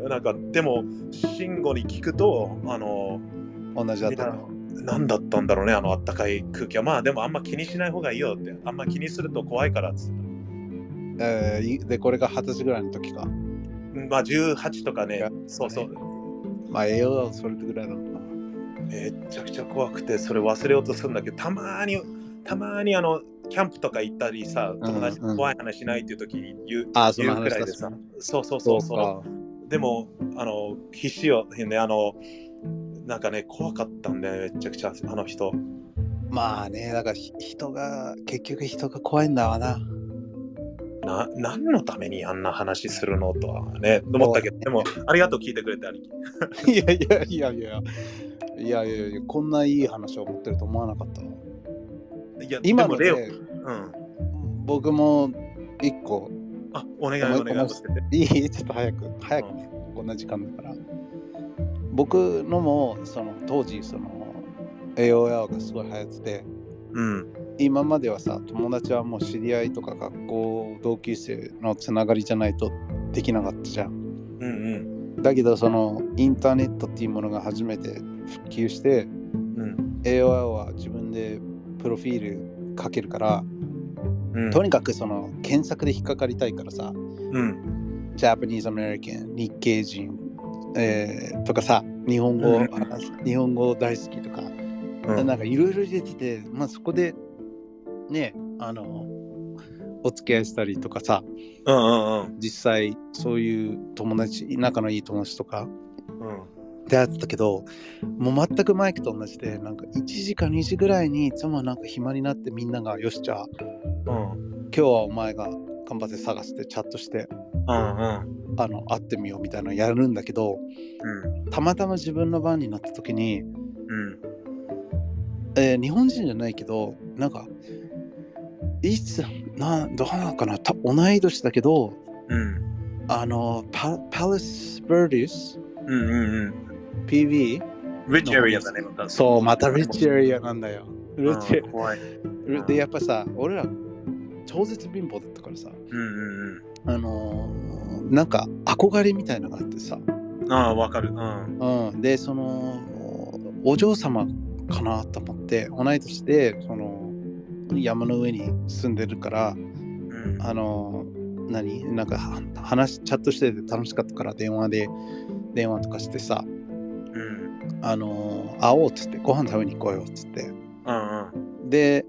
なんかでも慎吾に聞くとあの同じだったの。何だったんだろうねあのあったかい空気はまあでもあんま気にしない方がいいよってあんま気にすると怖いからっつってえーいで、これが二十歳ぐらいの時か。たまあ18とかいねやそうそうまあ、栄養はそれぐらいなのかめちゃくちゃ怖くてそれ忘れようとするんだけどたまにたまにあのキャンプとか行ったりさ友達うんうとん怖い話しないっていう時に言う,、な。ああ、そ言のうく話らいだでさし。そうそうそそううそうか。でもあの必死よねあのなんかね怖かったんだよめちゃくちゃあの人まあね、だからひ人が、結局人が怖いんだわな。 な何のためにあんな話するのとはね思ったけどでもありがとう聞いてくれてありいやいやいやいや。いやいやいや、こんないい話を持ってると思わなかったわ。いや今今ののでレオ、うん、僕も一個、あお願い思いお願い思いいいちょっと早く、早く、うこんな時間だから。僕のも、その当時、その、AOL がすごい流行ってて、うん今まではさ、友達はもう知り合いとか学校、同級生のつながりじゃないとできなかったじゃん。うんだけど、その、インターネットっていうものが初めて復旧して、うんうん AOL は自分でプロフィールかけるから、うんとにかくその検索で引っかかりたいからさ、うんジャパニーズ・アメリカン、日系人、えーとかさ、日本語、うん話す日本語大好きとか、うんなんかいろいろ出てて、まあそこでね、あの、お付き合いしたりとかさ、うんうん実際そういう友達、仲のいい友達とかうん出会ってたけど、もう全くマイクと同じで、なんか1時か2時ぐらいにいつもなんか暇になってみんなが、よし、じゃあうん今日はお前が頑張って探してチャットして、うんあの、会ってみようみたいなのやるんだけど、うんたまたま自分の番になった時に、うんええー日本人じゃないけどなんかいつなどうなのかなた同い年だけどうん。あのパパレス・バーディスうんうん PV うん。リッチエリアだね、また。そうまたリッチエリアなんだよリッチうん怖い。んでやっぱさ俺ら超絶貧乏だったからさうんうんあのーなんか憧れみたいなのがあってさ、うん。ああ、わかる。うん。うん、でそのお嬢様かなと思って同い年でその山の上に住んでるからうんあの何なんかは話チャットしてて楽しかったから電話で電話とかしてさうん。あの会おうっつってご飯食べに行こうよっつってうんうん。で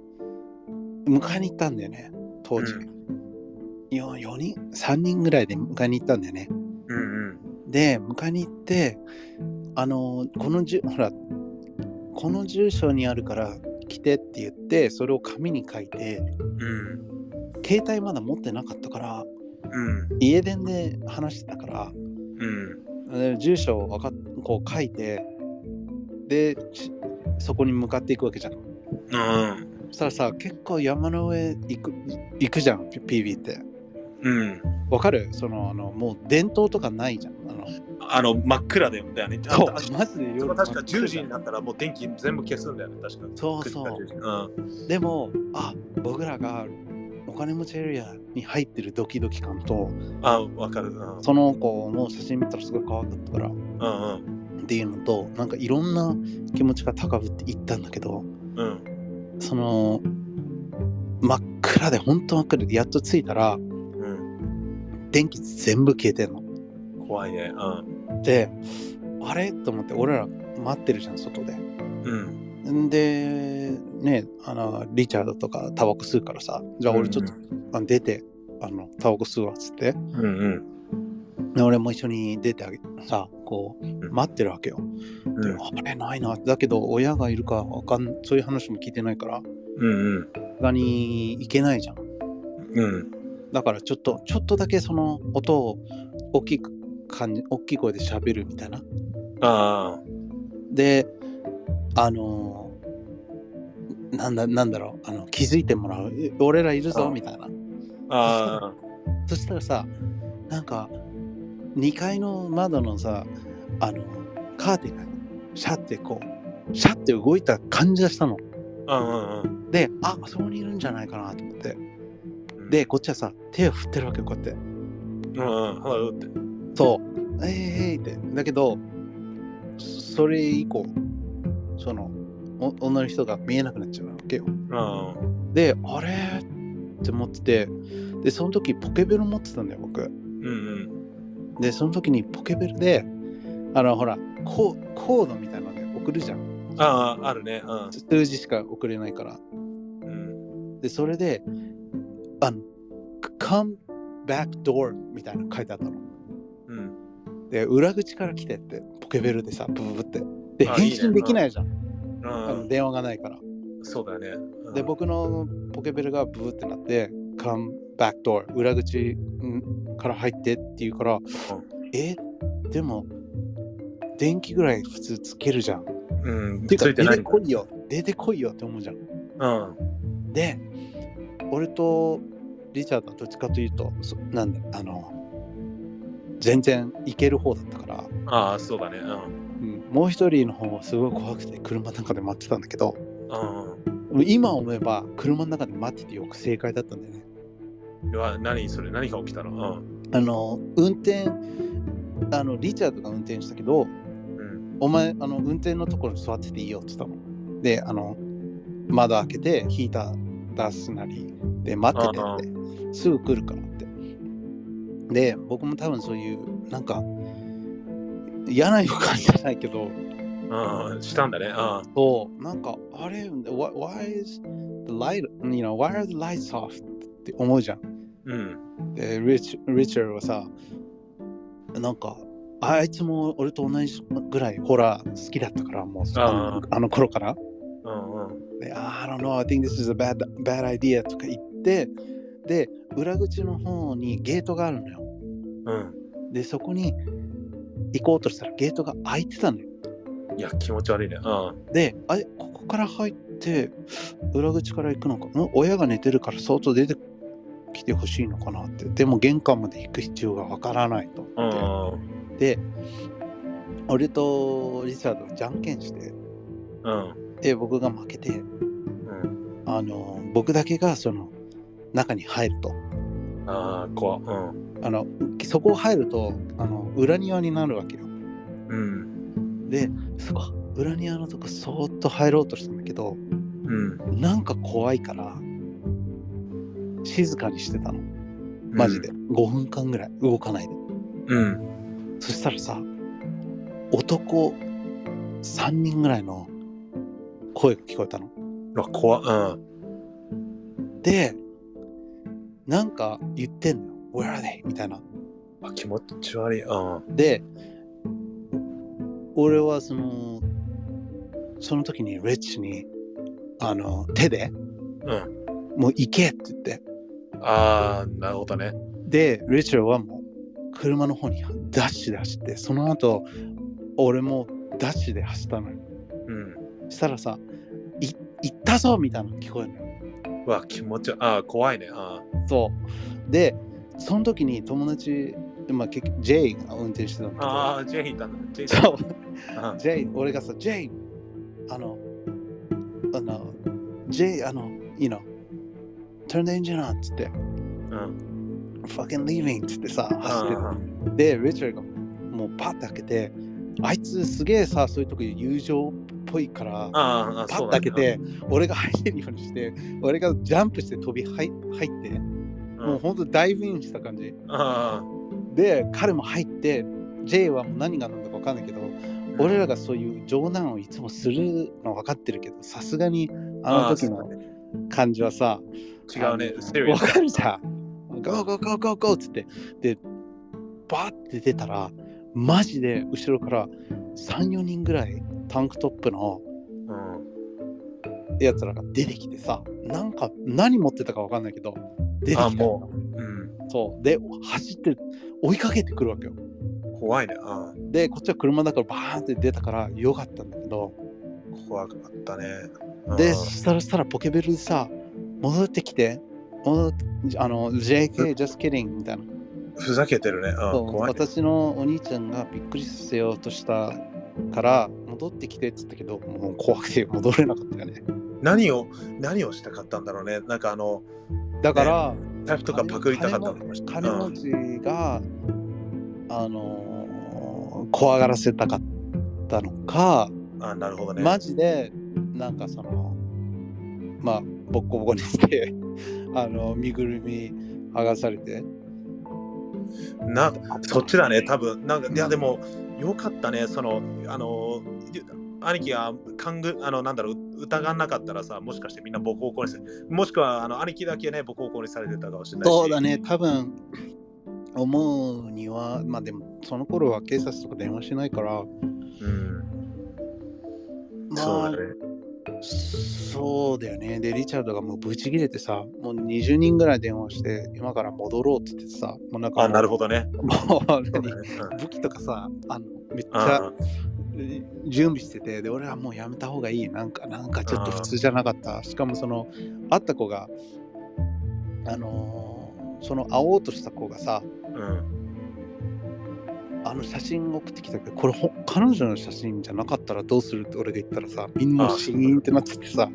迎えに行ったんだよね当時、うよ4人3人ぐらいで迎えに行ったんだよねうんうん。で迎えに行ってあのこのじゅほらこの住所にあるから来てって言ってそれを紙に書いてうん。携帯まだ持ってなかったからうん。家電で話してたからうん。で住所をわかっこう書いてでしそこに向かっていくわけじゃんうん。そしたらさ結構山の上行く行くじゃん P- PV ってうん。わかるそのあのもう伝統とかないじゃんあのあの、真っ暗だよね。あそあうマジでそ夜う確か10時になったらもう電気全部消すんだよね、確か。そうそう9時かでもあ僕らがお金持ちエリアに入ってるドキドキ感と10時うん。あ、わかる。うん。その子の写真見たらすごい可愛かったからっうんうん。ていうのとなんかいろんな気持ちが高ぶって行ったんだけどうん。その真っ暗で本当真っ暗でやっと着いたらうん。電気全部消えてんの怖いね。うん。であれと思って俺ら待ってるじゃん外でうん。んでねあのリチャードとかタバコ吸うからさじゃあ俺ちょっと、あの出てあのタバコ吸うわっつってうんうん。で俺も一緒に出てあげさこうん待ってるわけよ、うでんもあれないなだけど親がいるかわかんそういう話も聞いてないからうん他に行けないじゃんうん。うん。だからちょっとちょっとだけその音を大きく感じ大きい声で喋るみたいなあであのーなんだなんだろうあの気づいてもらうえ俺らいるぞあみたいなあ。あそしたらさなんか2階の窓のさあのカーテンがシャッてこうシャッて動いた感じがしたのあ。うんうんであそこにいるんじゃないかなと思ってうん。で、こっちはさ手を振ってるわけよこうやってうんうん。ハローって。そう「えいえい」ってだけどそそれ以降そのお女の人が見えなくなっちゃうわけようん。であれって思っててでその時ポケベル持ってたんだよ僕うんでその時にポケベルであのほらココードみたいなので送るじゃんうん。ああ、あるね。うん数字しか送れないから。うんでそれであの「come back door」みたいなの書いてあったのうん。で裏口から来てってポケベルでさブブブってであ返信できないじゃんうあのん。電話がないからそうだよね。うんで、僕のポケベルがブブってなって「come back door」裏口んから入ってって言うからえでも電気ぐらい普通つけるじゃんうん。てかついてない出てんだこいよ出てこいよって思うじゃんうん。で俺とリチャードはどっちかというとそなんだあの全然行ける方だったから、ああ、そうだね。うん。うん、もう一人の方はすごい怖くて車の中で待ってたんだけどう今思えば車の中で待っててよく正解だったんだよねん。うわ、何それ何が起きたのうん。あの運転あのリチャードが運転したけどうん。お前あの運転のところに座ってていいよって言ったの。であの窓開けてヒーター出すなりで待っててああってすぐ来るからって。で僕も多分そういうなんか嫌な予感じゃないけどうん。したんだね。うん。そうなんかあれ why, why is the light you know why are the lights off って思うじゃん。うん。で、リチリチャードはさ、なんか、ああいつも俺と同じぐらいホラー好きだったから、もうあのあの頃から。うんうん。で、あ I don't know, I think this is a bad, bad idea とか言って、で、裏口の方にゲートがあるのよ。うん。で、そこに行こうとしたらゲートが開いてたのよ。いや、気持ち悪いね。うん。で、あれ、ここから入っって裏口から行くのかん親が寝てるから相当出てきてほしいのかなってでも玄関まで行く必要がわからないとう思ん。って、で俺とリチャードじゃんけんしてうん。で僕が負けてうん。あの僕だけがその中に入るとああ、怖っ。うん。あのそこを入るとあの裏庭になるわけようん。でそこ裏庭のとこそーっと入ろうとしたんだけどうん。なんか怖いから静かにしてたのマジで、5分間ぐらい動かないでうん。そしたらさ男3人ぐらいの声が聞こえたのあ、怖っ。うん。でなんか言ってんのよ「Where are they?」みたいなあ、気持ち悪い。うん。で俺はそのその時にレッチにあの手でうん。もう行けって言ってああ、なるほどね。で、リチャードはもう車の方にダッシュで走って、その後、俺もダッシュで走ったのよ。うん。したらさ、い行ったぞみたいなの聞こえるのよ。うわ、気持ち悪い。ああ、怖いね。あそう。で、その時に友達、まあ、結局、ジェイが運転してたんあだー、ジェイいたんだ。ジェイけど、そう、うんジェイ、俺がさ、ジェイ、あの、あの、ジェイ、あの、you know, turn the engine on っつって、うん。 fucking leaving っつってさ、走ってたあで、リチャードがもうパッて開けて、あいつすげえさ、そういうとこ友情っぽいから、あ、パそッうてだ開ねけ、て、俺が入れるようにして、俺がジャンプして飛び入入って、うんもうほんとダイブインした感じ。あで、彼も入って、J はもう何が何だか分かんないけど、ー俺らがそういう冗談をいつもするの分かってるけど、さすがにあの時あーのそうだね感じはさ、違うねあ、のセリアわスだかるじゃん。ゴーゴーゴーゴーゴーっつって。で、バーって出たら、マジで後ろから3、4人ぐらいタンクトップのうんやつらが出てきてさ、なんか何持ってたかわかんないけど、出てきたあもうん。うそう。で、走って追いかけてくるわけよ。怖いね。あで、こっちは車だからバーンって出たからよかったんだけど、ー怖かったね。で、うんそしたらそしたらポケベルでさ、戻ってきて、戻ってあの、JK just kidding みたいな。ふざけてるね。あそーう怖いね。私のお兄ちゃんがびっくりさせようとしたから戻ってきてっつったけどもう怖くて戻れなかったよね何を、何をしたかったんだろうね。なんかあの、だから財布とかパクりたかったのかもしれな金い。う持んちが、あのー怖がらせたかったのか、あー、なるほどね。マジでなんかそのまあボッコボコにしてあの身ぐるみ剥がされてな、そっちだね、多分なんか、いや、でも、よかったね、その、あの、兄貴が勘ぐ、あの、なんだろう、疑わなかったらさ、もしかしてみんなボコボコにする。もしくは、あの、兄貴だけね、ボコボコにされてたかもしれないし。そうだね、多分思うには、まあでも、その頃は警察とか電話しないから、うん。まあ、そうだね。そうだよね。で、リチャードがもうブチ切れてさ、もう20人ぐらい電話して、今から戻ろうって言ってさ、もうなんか、あ、なるほどね。もう何そうだねうん武器とかさ、あのめっちあゃ準備してて、で、俺はもうやめた方がいい。なんか、なんかちょっと普通じゃなかった。しかも、その、会った子が、あのーその会おうとした子がさ、うん。あの写真送ってきたけど、これほ彼女の写真じゃなかったらどうするって俺が言ったらさ、みんなもうシーンってなっててさ、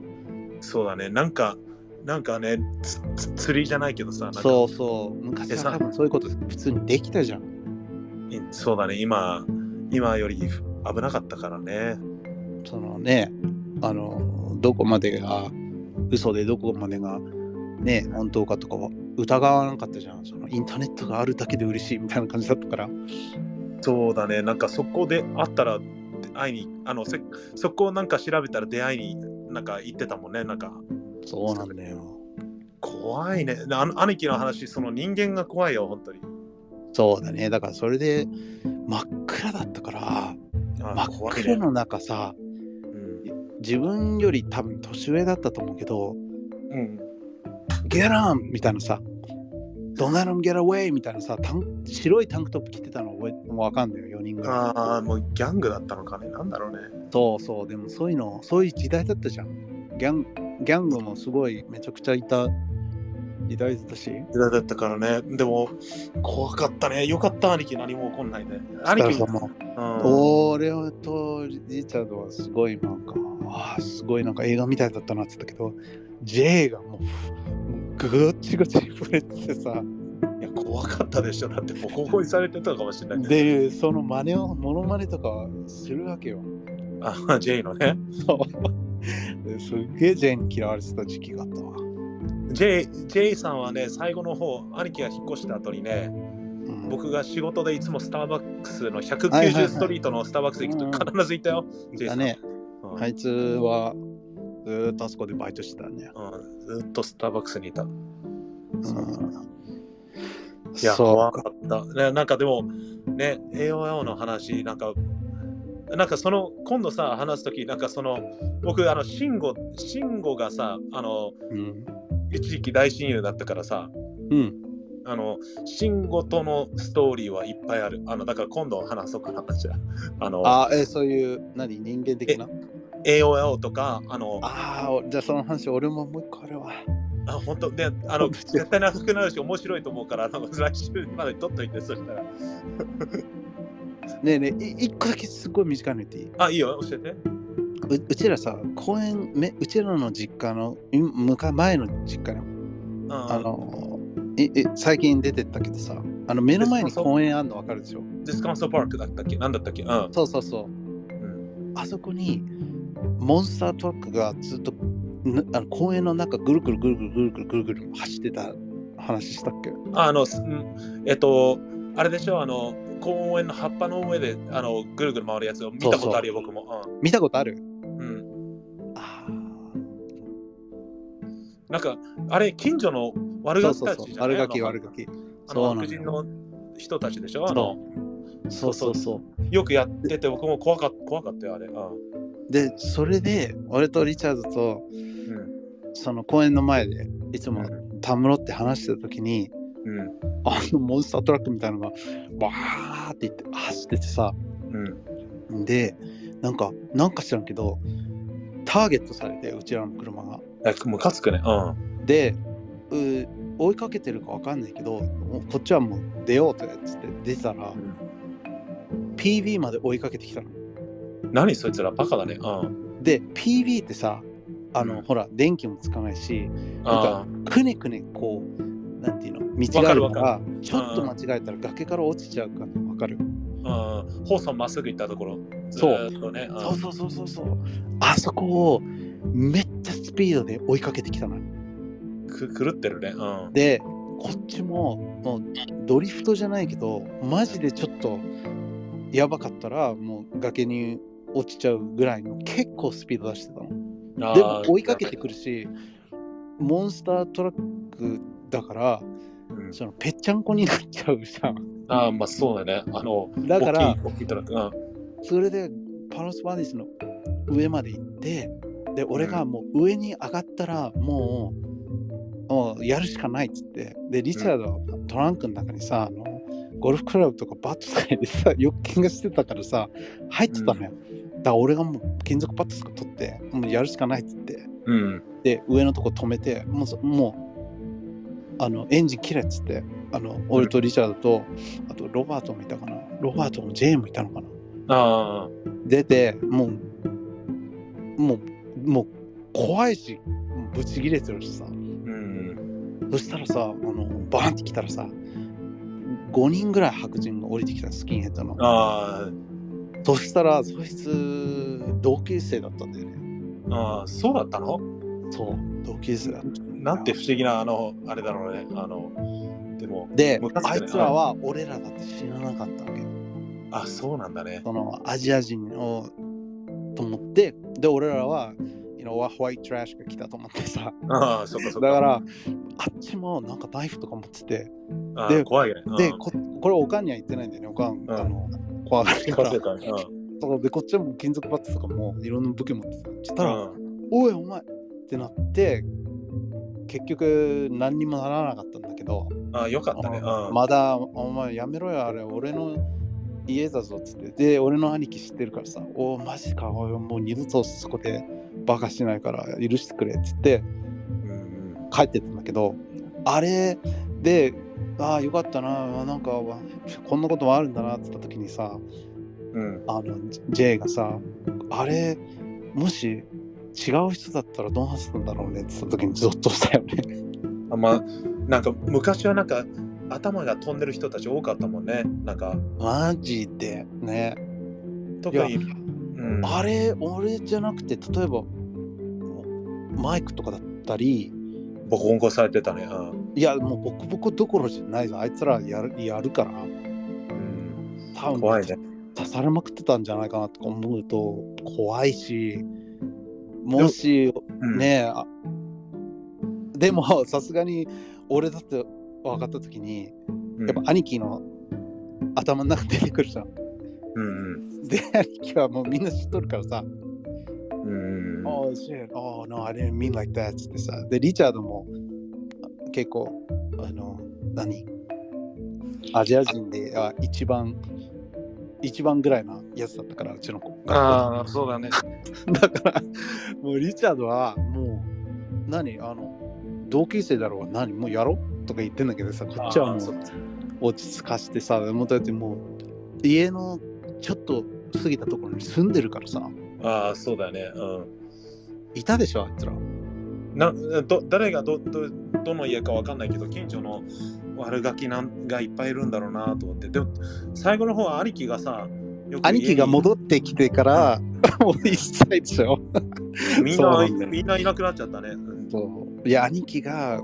そうだね。なんか、なんかね、つつ釣りじゃないけどさ、なんかそうそう、昔は多分そういうこと普通にできたじゃん。いそうだね、今、今より危なかったからね。そのね、あの、どこまでが嘘でどこまでがね、本当かとかは疑わなかったじゃん。そのインターネットがあるだけで嬉しいみたいな感じだったから。そうだね、なんかそこで会ったら会いに、あのせそこをなんか調べたら出会いになんか行ってたもんね、なんかそうなんだよ。怖いね。あの兄貴の話、その人間が怖いよ、本当に。そうだね。だからそれで真っ暗だったから、真あっ怖い暗ね。の中さ、うん自分より多分年上だったと思うけど、うん、ゲランみたいなさ、ドナルンゲラウェイみたいなさ、タン白いタンクトップ着てたの覚えもうわかんないよ、4人ぐらああ、もうギャングだったのかね、なんだろうね。い。そうそう、でもそういうの、そういう時代だったじゃん。ギャンギャングもすごいめちゃくちゃいた時代だったし時代だったからね。でも、怖かったね。よかった、兄貴。何も起こんないで。兄貴、スタッフもうん、俺とリチャードはすごいなんかあーすごいなんか映画みたいだったなって言ったけど J がもうぐっちぐち触れててさいや怖かったでしょ。だって、ボコボコにされてたかもしれない。でその真似をモノマネとかするわけよあ、J のね。ですっげえジェーン嫌われてた時期があったわ、 J, J さんはね、最後の方、兄貴が引っ越した後にね、うん僕が仕事でいつもスターバックスのはいはいはい190ストリートのスターバックス行うんくうと必ずいたよ。いたねうんあいつはずーっとあそこでバイトしてたねうんずっとスターバックスにいた。うんいや、そ怖うかかった。ね、なんかでも、ね、AOL の話、なんか、なんかその、今度さ、話すとき、なんかその、僕、あの、慎吾、慎吾がさ、あの、うん、一時期大親友だったからさ、うん、あの、慎吾とのストーリーはいっぱいある。あの、だから今度話そうかな、じゃあ。あの、あえそういう何人間的な AOL とか、あの、あああじゃあその話俺ももう一個あるわ本当で、あ の、絶対長くなるし、面白いと思うから、あの来週までに撮っといて、そしたら。ねえねえい一個だけすごい短いの言っていいあ、いいよ、教えて。ううちらさ公園めうちらの実家のい向かい前の実家のうん、あのいい最近出てったけどさあの目の前に公園あんの分かるでしょディスカウントパークだったっけなんだったっけうん。そうそうそううんあそこにモンスタートラックがずっとぬあの公園の中ぐるぐるぐるぐるぐるぐるぐるぐる走ってた話したっけあの、すんえっと、あれでしょ、あの、公園の葉っぱの上であのぐるぐる回るやつを見たことあるよ、僕も。見たことあるうん。うん、あなんか、あれ、近所の悪あそガうキたそうそうちじゃない悪ガキあの悪ガキあそのうなの白人の人たちでしょあのそうそうそうよくやってて、僕も怖か怖かったよ、あれ。うんでそれで俺とリチャードとうんその公園の前でいつもたむろって話してた時にうんあのモンスタートラックみたいなのがバーっていって走っててさうんでなんかなんか知らんけどターゲットされてうちらの車がなんかムカつくね。うん。でう追いかけてるかわかんないけどもうこっちはもう出ようとやっつって出たら PV まで追いかけてきたの何そいつらバカだね。うん。で PV ってさあの、うんほら電気もつかないしあなんかくねくねこうなんていうの道があるわかかるらちょっと間違えたら崖から落ちちゃうからわかる、あ、うん。ホーソンまっすぐ行ったところ。そうずーっとね。うんそうそうそうそうそうあそこをめっちゃスピードで追いかけてきたのく狂ってるね。うん。でこっちももうドリフトじゃないけどマジでちょっとやばかったらもう崖に落ちちゃうぐらいの結構スピード出してたのあーでも追いかけてくるしモンスタートラックだからうんそのぺっちゃんこになっちゃうじゃんああ、まあそうだね。あの、だから大きい大きいトラック。うんそれでパロスパディスの上まで行ってで俺がもう上に上がったらもうもうやるしかないっつってでリチャードはトランクの中にさあのゴルフクラブとかバットとか入れてさ 欲見がしてたからさ入ってたのよ、だから俺がもう金属バットとか取ってもうやるしかないっつってうん。で上のとこ止めてもうそもうあのエンジン切れっつってあの俺とリチャードとあとロバートもいたかなロバートもジェーンもいたのかなあ出てもうもうもう怖いしぶち切れてるしさーうん。そしたらさあのバーンって来たらさ5人ぐらい白人が降りてきたスキンヘッドのあそしたらそいつ同級生だったんだよねーあー、そうだったのそう同級生だったなんて不思議な、あの、あれだろうね。あの、でも、でムカつくねあいつらは俺らだって知らなかったわけよあ、そうなんだね。そのアジア人をと思ってで俺らは you know, ホワイトトラッシュが来たと思ってさああ、そっかそっか。だからあっちもなんかナイフとか持っててあーで怖いね。うんで、ここれおかんには言ってないんだよね、おかん、んあの、怖がる引っか張っらて。たねうんそうで、こっちはもう金属バットとかもいろんな武器持ってた。そしたら、うんおいお前ってなって、結局何にもならなかったんだけど、ああ、よかったね。うんまだお前やめろよ、あれ、俺の家だぞっつって。で、俺の兄貴知ってるからさ、おお、マジか、おいもう二度とそこでバカしないから許してくれっつってうん帰ってったんだけどあれでああよかったななんかわこんなこともあるんだなっつった時にさうんあの J- J がさあれもし違う人だったらどうなってたんだろうねって言った時にゾッとした よねあまあなんか昔はなんか頭が飛んでる人たち多かったもんねなんかマジでね特にいやうんあれ俺じゃなくて例えばマイクとかだったりボコボコされてたねうんいやもうボコボコどころじゃないぞあいつらやるやるからうん多分怖いね刺されまくってたんじゃないかなとか思うと怖いしもしうんねえあでもさすがに俺だって分かった時にうんやっぱ兄貴の頭の中出てくるじゃん。うんで兄貴はもうみんな知っとるからさうんうん Oh shit. Oh no, I didn't mean like that. つってさ。で、リチャードもあ結構、あの、何アジア人では一番、一番ぐらいなやつだったから、うちの子。ああ、そうだね。だから、もうリチャードは、もう、何あの、同級生だろうが何もうやろとか言ってんだけどさ、こっちはもあーそう落ち着かしてさ、もうだってもう、家のちょっと過ぎたところに住んでるからさ、ああそうだねうんいたでしょ、あいつら。など誰がどどどの家かわかんないけど近所の悪ガキなんがいっぱいいるんだろうなと思ってでも最後の方は兄貴がさよく家に兄貴が戻ってきてから、もう一切でしょ。みんそうななんだよみんないなくなっちゃったねうんそういや、兄貴が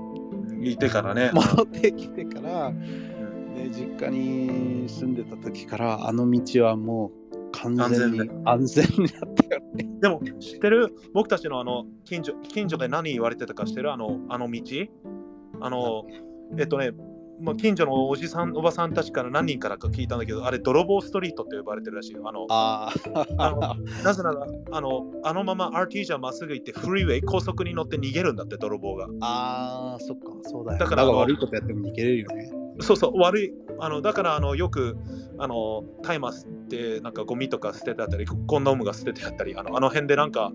いてからね戻ってきてから、ね、実家に住んでた時から、あの道はもう完全に安全になったよね。でも知ってる僕たちのあの近所近所で何言われてたか知ってるあのあの道あのえっとねまあ、近所のおじさん、おばさんたちから何人からか聞いたんだけど、あれ、泥棒ストリートって呼ばれてるらしいよ。あのああのなぜならあの、あのまま RT じゃまっすぐ行って、フリーウェイ、高速に乗って逃げるんだって、泥棒が。あー、そっか、そうだよ。だからなんあの悪いことやっても逃げれるよね。そうそう、悪い。あのだからあのよくあのタイマスってなんかゴミとか捨ててあったり、コンドームが捨ててあったり、あのあの辺でなんか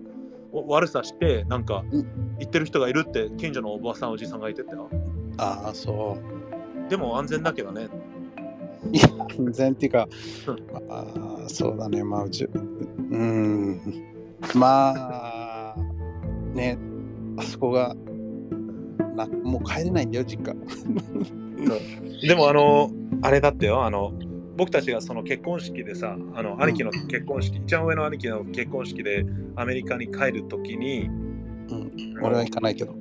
お悪さして、なんかう言ってる人がいるって、近所のおばさん、おじさんが言ってたよ。ああ、そう。でも安全だけどね。安全っていうう、かああ、そうだね、まあ、うち、うーん。まあ、ね、あそこが、なもう帰れないんだよ、実家。でもあの、あれだってよ、あの、僕たちがその結婚式でさ、あの兄貴の結婚式、一番上の兄貴の結婚式でアメリカに帰るときに、うん、俺は行かないけど。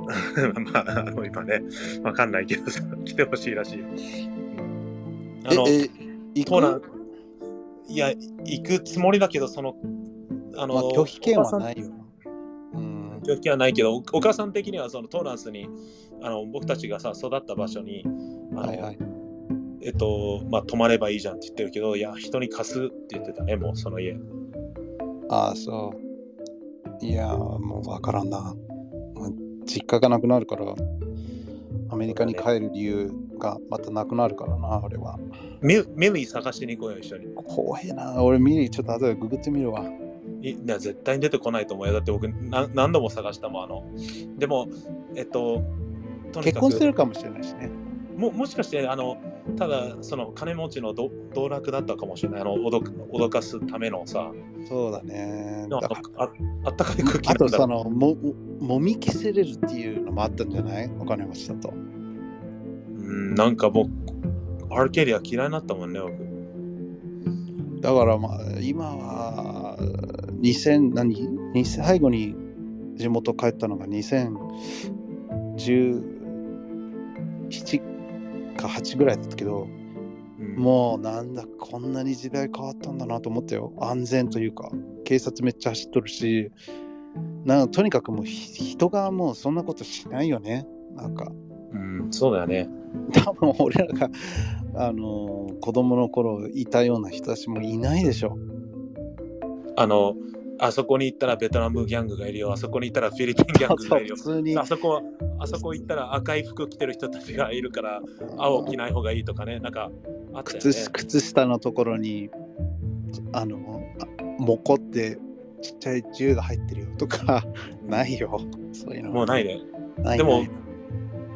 まあ、あの今ね、わかんないけどさ、 来てほしいらしいよ。あえの、、え、行コーナくのー、いや、行くつもりだけど、その、あの、。まあ、拒否権はないいよ。うん。拒否権はないけど、おお母さん的には、そのトーランスに、あの、僕たちがさ、育った場所に、あの、はいはい。えっと、まあ、泊まればいいじゃんって言ってるけど、いや、人に貸すって言ってたね、もう、その家。ああ、そう。いやー、もうわからんな。もう実家がなくなるから、アメリカに帰る理由がまたなくなるからな、あれは。ミュミリー探しに行こうよ、一緒に。怖えな。俺、ミリー、ちょっと後でググってみるわ。いな絶対に出てこないと思うよ。だって僕、な何度も探したもん、あの。でも、えっと、とに結かく婚してるかもしれないしね。ももしかしてあのただその金持ちのど道楽だったかもしれないあの脅か脅かすためのさそうだね。でもだあからああったかい空気あとんだそのも、もみ消せれるっていうのもあったんじゃないお金持ちだと。うんなんかもうアーケリア嫌いになったもんね僕だからまあ今は2000何2000最後に地元帰ったのが2017か8ぐらいだったけうどんもうなんだこんなに時代変わったんだなと思ったよ安全というか警察めっちゃ走っとるしなんかとにかくもうひ人がもうそんなことしないよねなんかうん、そうだよね多分俺らがあの子供の頃いたような人たちもいないでしょあのあそこに行ったらベトナムギャングがいるよあそこに行ったらフィリピンギャングがいるよ 普通にあそこあそこ行ったら赤い服着てる人たちがいるから青着ない方がいいとかねなんかあったよ靴ねし靴下のところにあのあモコってちっちゃい銃が入ってるよとか、 ないよ。そういうの。もうないで。で。ないでもない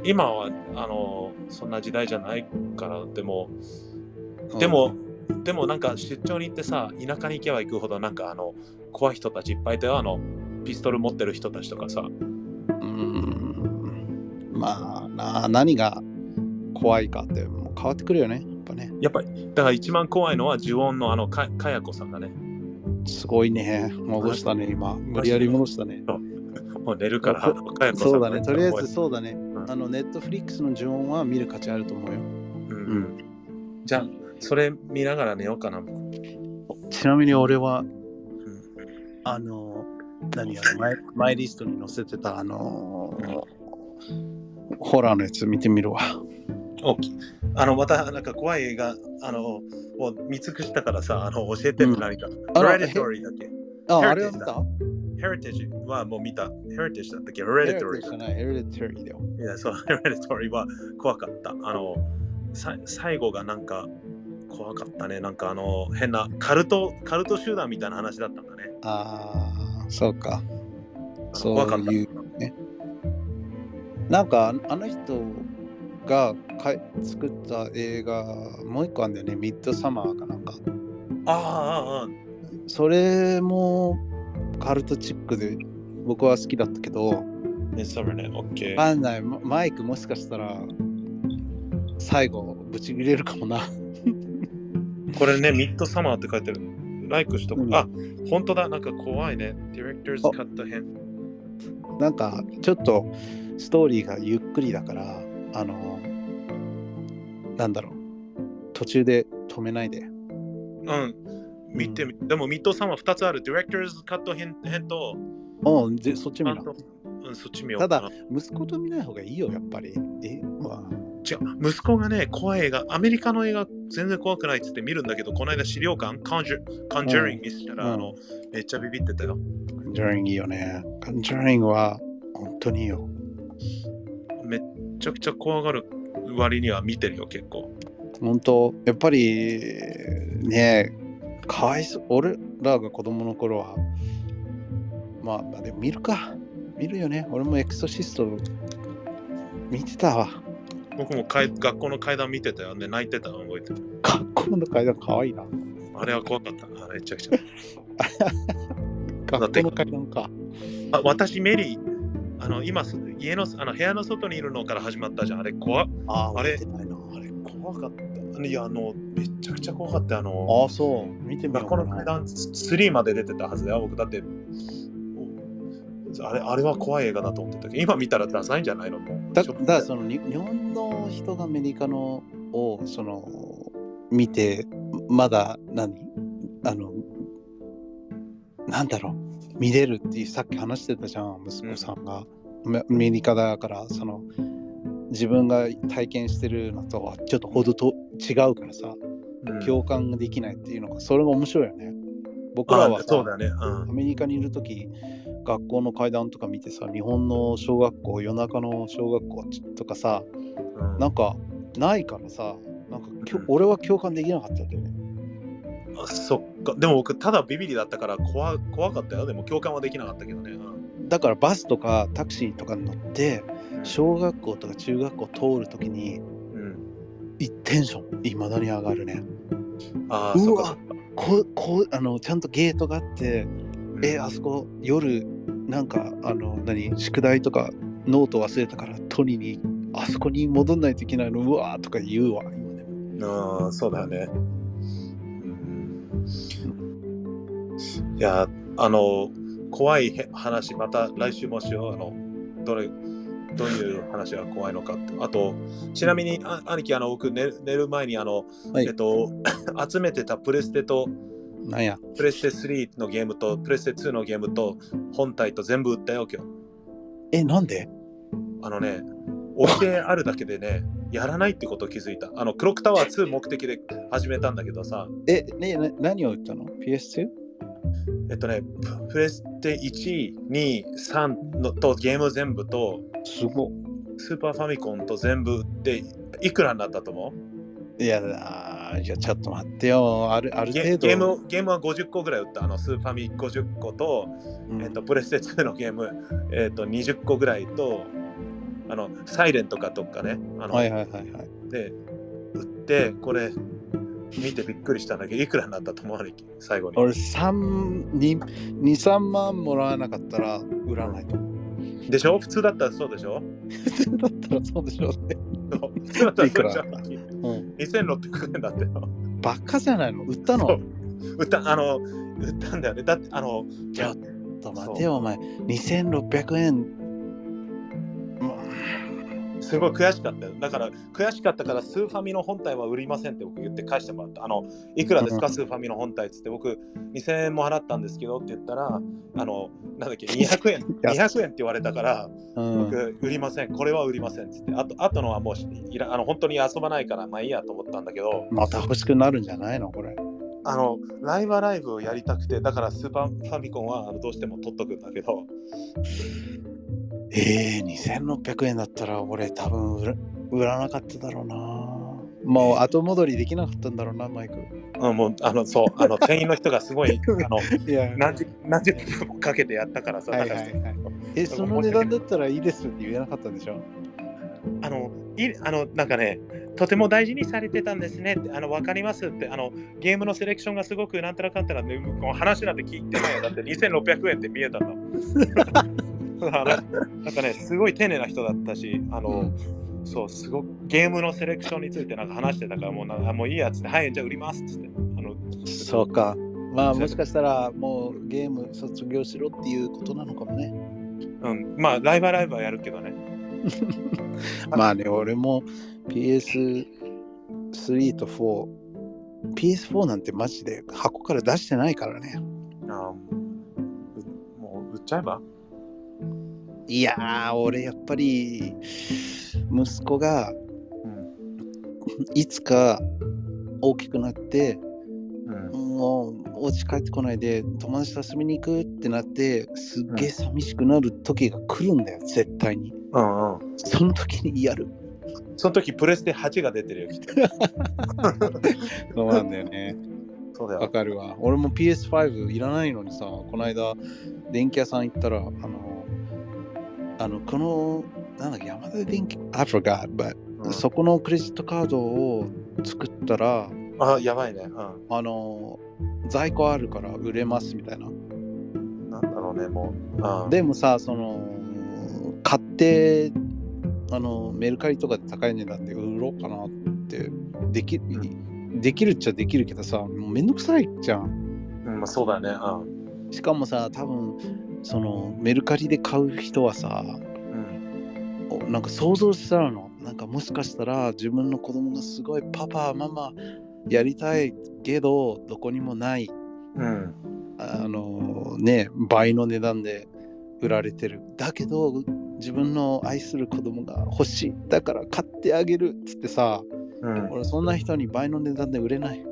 今はあのそんな時代じゃないからでもでも、でもなんか出張に行ってさ田舎に行けば行くほどなんかあの怖い人たちいっぱいいたよあのピストル持ってる人たちとかさうん。まあな、何が怖いかってもう変わってくるよね。やっぱね。やっぱりだから一番怖いのは呪音のあのかかやこさんだねすごいね。戻したね、今。無理やり戻したね。もう寝るからそかやこさんそうだね。とりあえずう、そうだね。あの、ネットフリックスの呪音は見る価値あると思ううよ。んうん、じゃあそれ見ながら寝ようかな僕ちなみに俺は、あの、何やろマイ、マイリストに載せてた、ああの、のーホラーのやつ見てみるわ。おきあのまたなんか怖い映画あのもう見尽くしたからさあの教えてって何か、あら Hereditary だっけあ、 Heritage あれは見たヘリテージはもう見た。ヘリテージだったっけヘリテー Heritage じゃない、ヘレディタリーだよ。ジ。いや、そう、 ヘリテージは怖かった。あの、さ最後がなんか怖かったね。なんかあの、変なカルト、カルト集団みたいな話だったんだね。ああ、そうか。あのそう怖かった。いうね。なんか、ああの人がかい作った映画、もう一個あるんだよね、ミッドサマーかなんか。ああ、ああ、あそれもカルトチックで僕は好きだったけど、あ。ね、そうね、オッケー。バンダイ、ママイクもしかしたら最後、ぶち切れるかもな。 これね、ミッドサマーって書いてる。ライクしとく。うんあ、本当だ。なんか怖いね。ディレクターズあカット編。なんかちょっとストーリーがゆっくりだからあのなんだろう途中で止めないでうん。見てみ、でもミッドサマー2つある。ディレクターズカット編編と、うんでそっちちゃ見んろと、うん、そっち見ようたかな。だ息子と見ない方がいいよやっぱりえま違う息子がね怖い映画アメリカの映画全然怖くないっつって見るんだけどこの間資料館カンジュカンジュリング見せたら、うんあのめっちゃビビってたよあカンジャリングいいよねカンジャリングは本当にいいよめっちゃくちゃ怖がる割には見てるよ結構本当やっぱりねかわいそう俺らが子供の頃はまあまあでも見るか見るよね俺もエクソシスト見てたわ僕もかい学校の階段見てたよね泣いてたの覚えてる学校の階段かわいいな。あれは怖かったあれめちゃくちゃ学校の階段か。あ私メリーあの今す家のあの部屋の外にいるのから始まったじゃんあれ怖っああれ見てないなあれ怖かったいやあのめちゃくちゃ怖かったあのああ、そう。見てみよ学うか校なの階段3まで出てたはずだよ、僕だって。おあれあれは怖い映画だと思ってたけど、今見たらダサいんじゃないのもうだだからそのに日本の人がアメリカのをその見てまだ何あのなんだろう見れるっていうさっき話してたじゃん息子さんが、アメアメリカだからその自分が体験してるのとはちょっとほどと違うからさうん共感できないっていうのがそれが面白いよね僕らあはさそうだよね、うんアメリカにいる時学校の階段とか見てさ日本の小学校夜中の小学校とかさうんなんかないからさなんかきょうん俺は共感できなかったんだよねあそっか、でも僕、ただビビりだったから怖怖かったよ。でも共感はできなかったけどね。うんだからバスとかタクシーとかに乗ってうん小学校とか中学校通る時にうんいテンションいまだに上がるねああ、そっうかそっわか。ここあのちゃんとゲートがあってうんえあそこ夜なんかあの何宿題とかノート忘れたから取りにあそこに戻んないといけないのうわーとか言うわ今でもああ、そうだよね。いや、あの、怖いへ話、また来週もしよう。あの、どれ、どういう話が怖いのかって。あと、ちなみに、あ兄貴、あの、僕寝る、寝る前に、あの、はいえっと、 集めてたプレステと、なんやプレステ3のゲームと、プレステ2のゲームと、本体と全部売ったよ、今日。えなんであのね、置いてあるだけでね、やらないってことを気づいた。あの、クロックタワー2目的で始めたんだけどさ、えねな何を言ったの ?PS2? えっとね、ププレステ1、2、3のとゲーム全部と、すごスーパーファミコンと全部で、いくらになったと思ういやだあ、いや、ちょっと待ってよ。あるあるゲ程度。ゲームゲームは50個ぐらい売ったあのスーファミ50個と,、うんえっとプレステ2のゲーム、えっと20個ぐらいとあのサイレンとかとかねあの、はいはいはいはい。で売ってこれ見てびっくりしたんだけどいくらになったと思われき最後に俺、三二二三万もらわなかったら売らないと思う。でしょ普通だったらそうでしょ だったらそうでしょうね。普通だったらそうでしょいくうん。 2600円だってよバカじゃないの売ったそのう売ったあの売ったんだよねだってあのちょっと待てよ、お前。2600円。すごい悔しかったよ。だから、悔しかったから、スーファミの本体は売りませんって僕言って返してもらった。あの、いくらですか、うんスーファミの本体っつって、僕、2000円も払ったんですけどって言ったら、あの、なんだっけ、200円、安い200円って言われたから、うん。うん僕、売りません、これは売りませんっつって、あと、あとのはもういらあの、本当に遊ばないから、まあいいやと思ったんだけど、また欲しくなるんじゃないのこれ。あの、ライブはライブをやりたくて、だから、スーパーファミコンはあのどうしても取っとくんだけど、ええ2600円だったら俺多分売ら売らなかっただろうな。もう後戻りできなかったんだろうな、マイク。うん、もう、あの、そう、あの、店員の人がす ごい、あの、いや何十何十分もかけてやったからさ、はいはいだからはいえ、その値段だったらいいですって言えなかったんでしょあの、いあのなんかね、とても大事にされてたんですねって、あの、わかりますって、あの、ゲームのセレクションがすごくなんたらかんたらね、この話なんて聞いてないよ。だって2600円って見えたんだもん。だからなんかね、すごい丁寧な人だったし、あの、そう、すごくゲームのセレクションについてなんか話してたから、もうなんか、あもういいやつって、はい、じゃあ売りますっつって。あのそうか。まあもしかしたらもうゲーム卒業しろっていうことなのかもね。うん、まあ、ライブはライブはやるけどね。まあね、俺も PS3 と4。PS4 なんてマジで箱から出してないからね。あーうもう売っちゃえばいやー、俺やっぱり息子がうん。いつか大きくなってうんもうお家帰ってこないで友達と遊びに行くってなってすっげえ寂しくなる時が来るんだよ絶対にうんうん。その時にやるその時プレステ8が出てるよ、きっと。そうなんだよねそうだわ。かるわ俺も PS5 いらないのにさこの間電気屋さん行ったらあのあのこのなんだっけ山田電気 I forgot but、そこのクレジットカードを作ったらあ、やばいね。う。あの在庫あるから売れますみたいなんなんだろうね、もう。うん、でもさその買ってあのメルカリとかで高い値段で売ろうかなってでき,、できるっちゃできるけどさもうめんどくさいじゃんうん、まあ、そうだね。うん。しかもさ多分そのメルカリで買う人はさうん、おなんか想像しちゃうのなんかもしかしたら自分の子供がすごいパパママやりたいけどどこにもないうん、あのね倍の値段で売られてるだけど自分の愛する子供が欲しいだから買ってあげるっつってさうん、俺そんな人に倍の値段で売れない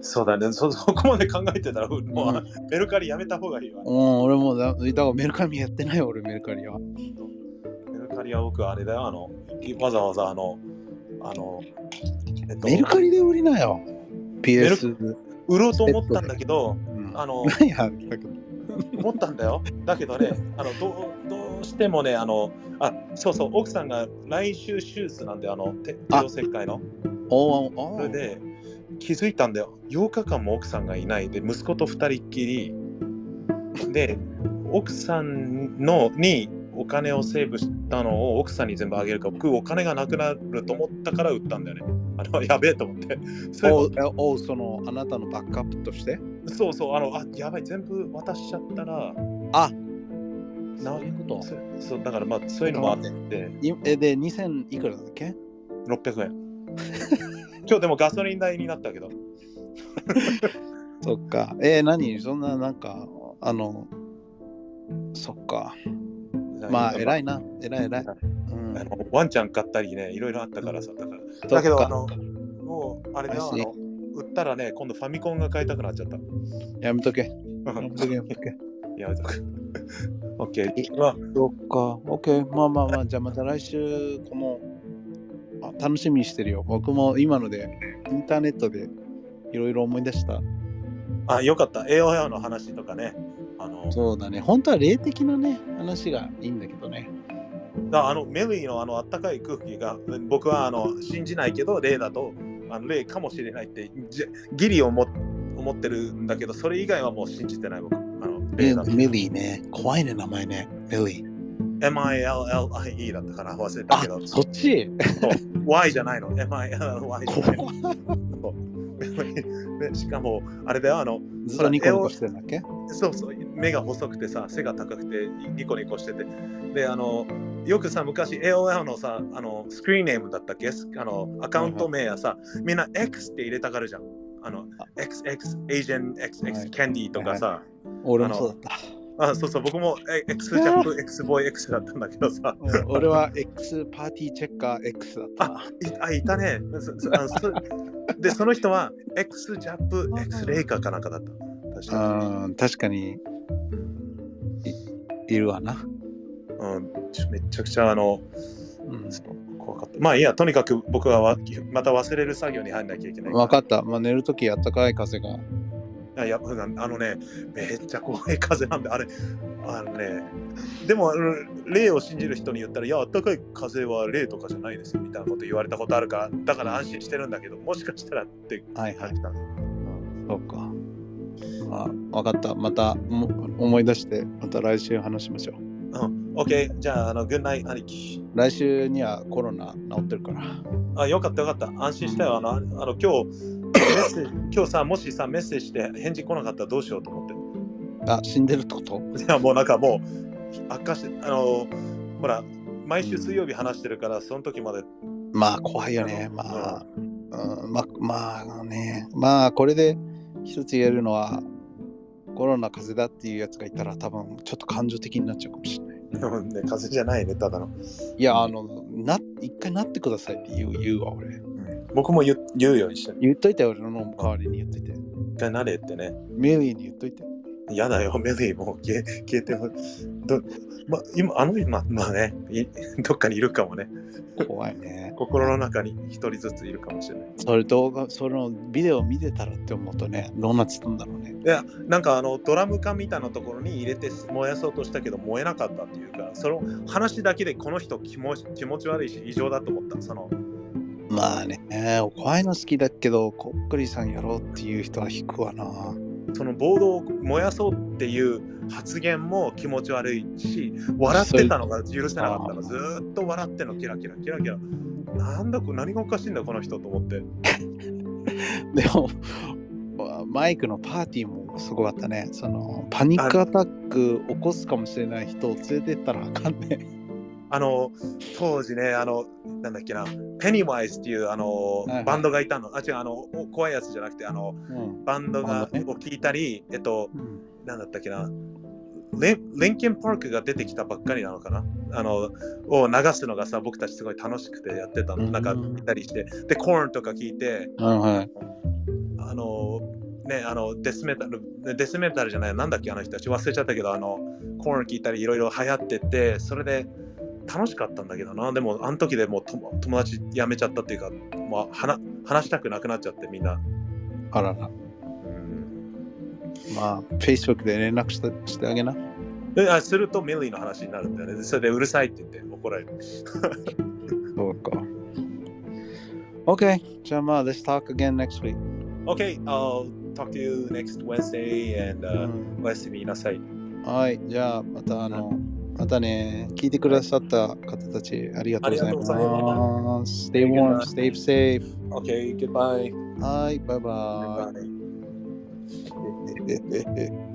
そうだねそそ こまで考えてたらうんもう、うんメルカリやめた方がいいわ、うん俺もうだだからメルカリやってない俺メルカリはメルカリは僕あれだよあのわざわざあのあの、えっとメルカリで売りなよ PS 売ろうと思ったんだけどうんあの何やったけど思ったんだよだけどねあのどうどうしてもねあのあそうそう奥さんが来週手術なんであのて帝王切開のおーおそれーで気づいたんだよ8日間も奥さんがいないで息子と2人っきりで奥さんのにお金をセーブしたのを奥さんに全部あげるから僕お金がなくなると思ったから売ったんだよねあのやべえと思ってそれおうえおうそのあなたのバックアップとしてそうそうあのあやばい全部渡しちゃったらあなそういうことそそうだからまあそういうのもあっていえで2000いくらだっけ600円今日でもガソリン代になったけどそっか。えー、何そんな、なんか、あの、そっか。 まあ、い偉いな。偉い偉い。うんあ、のワンちゃん買ったりね、いろいろあったからさ、だから。そっかだけど、あの、もう、あれだよ、あ安いの、売ったらね、今度ファミコンが買いたくなっちゃった。やめとけ。やめとけ、やめとけ。 やめ とく。オッケえー。まあ、そっか。オッケー。まあまあまあ、じゃあまた来週、この、あ楽しみにしてるよ。僕も今ので、インターネットでいろいろ思い出した。あ、よかった。AOL の話とかね。あの、そうだね。本当は霊的なね、話がいいんだけどね。だあのメリーのあの暖かい空気が僕はあの信じないけど霊だとあの霊かもしれないってじギリをも思ってるんだけどそれ以外はもう信じてない僕あのね霊だとミリーね。怖いね、名前ね。ミリー。 MILLIE だったから忘れたあけど、そっち Y じゃないの MILLY じゃない怖い。ねしかもあれだよあのずっとニコニコしてるんだっけそうそう目が細くてさ背が高くてニコニコしててであのよくさ昔 AOL のさあのスクリーンネームだったっけすあのアカウント名やさみんな X って入れたがるじゃんあのあ XX エージェン XX、はいキャンディーとかさ、俺もそうだった。あそうそう僕もえ X ジャンプ X ボーイ X だったんだけどさうん 俺は X パーティーチェッカー X だったな。いあいたねそそあそでその人は X ジャンプ X レイカーかなんかだった確かうん、確かにいいるわな。うん、めちゃくちゃあのうん怖かった。まあいいや、とにかく僕はわまた忘れる作業に入らなきゃいけないら。わかった。まあ、寝るときあったかい風が。いやいやあのね、めっちゃ怖い風なんで、あれ、あのね、でも、うん霊を信じる人に言ったら、いや、あったかい風は霊とかじゃないですよ、みたいなこと言われたことあるから、だから安心してるんだけど、もしかしたらってはい書はいい。た。そうか。まあ、わかった。またも思い出して、また来週話しましょう。うん、OK、じゃあ、あの、グッナイ兄貴。来週にはコロナ治ってるから。あ、よかったよかった。安心したよ。あの、あの今日、メッセージ 今日さ、もしさ、メッセージで返事来なかったらどうしようと思って。 あ、死んでるってこといやもうなんかもう悪化してあのほら毎週水曜日話してるからその時まで まあ、怖いよね。うんまあ、うん、まあ、まあね。まあ、これで一つ言えるのは、コロナ風邪だっていうやつがいたら、多分ちょっと感情的になっちゃうかもしれない。うんね風邪じゃないねただの、いや、あの、な、一回なってくださいって言う言うわ、俺。僕も言う言うよ一緒に言っといて、俺の代わりに言っといて。一回なれってねメリーに言っといて。嫌だよメリーもう消え消えてもど、ま、今あの今まあねい どっかにいるかもね怖いね。心の中に一人ずついるかもしれないそれ動画、そのビデオ見てたらって思うとね、どうなってたんだろうね。いやなんかあのドラム缶みたいなところに入れて燃やそうとしたけど燃えなかったっていうかその話だけでこの人気持ち気持ち悪いし異常だと思ったそのまあね、怖いの好きだけど、こっくりさんやろうっていう人は引くわな。そのボードを燃やそうっていう発言も気持ち悪いし笑ってたのが許せなかったのそずーっと笑ってんのキラキラキラキラなんだこ何がおかしいんだこの人と思ってでも、マイクのパーティーもすごかったね。その、パニックアタック起こすかもしれない人を連れてったらあかんね。あの当時ねあのなんだっけなペニワイズっていうあの、はいはいバンドがいたのあ違うあのお怖いやつじゃなくてあのうん。バンドがをバン聞いたりえっとなんだったっけなリンリンケンパークが出てきたばっかりなのかなあのを流すのがさ僕たちすごい楽しくてやってたのなんか見たりしてでコーンとか聞いてうん、はい。あのねあのデスメタルデスメタルじゃないなんだっけあの人たち忘れちゃったけどあのコーン聞いたりいろいろ流行っててそれで楽しかったんだけどなでもあの時でもうとも友達辞めちゃったっていうか、まあ、話話したくなくなっちゃってみんな、あらら。まあ、Facebook で連絡してしてあげな。であするとミリーの話になるんだよねそれでうるさいって言って怒られるそうか。Okay, Jama, let's talk again next week. Okay, I'll talk to you next Wednesday and uh, Mm. おやすみなさい。はい、じゃあまたあの、またね、聞いてくださった方たちありがとうございます。ありがとうござい Stay warm, stay safe. Okay, goodbye. はい、バイバイ。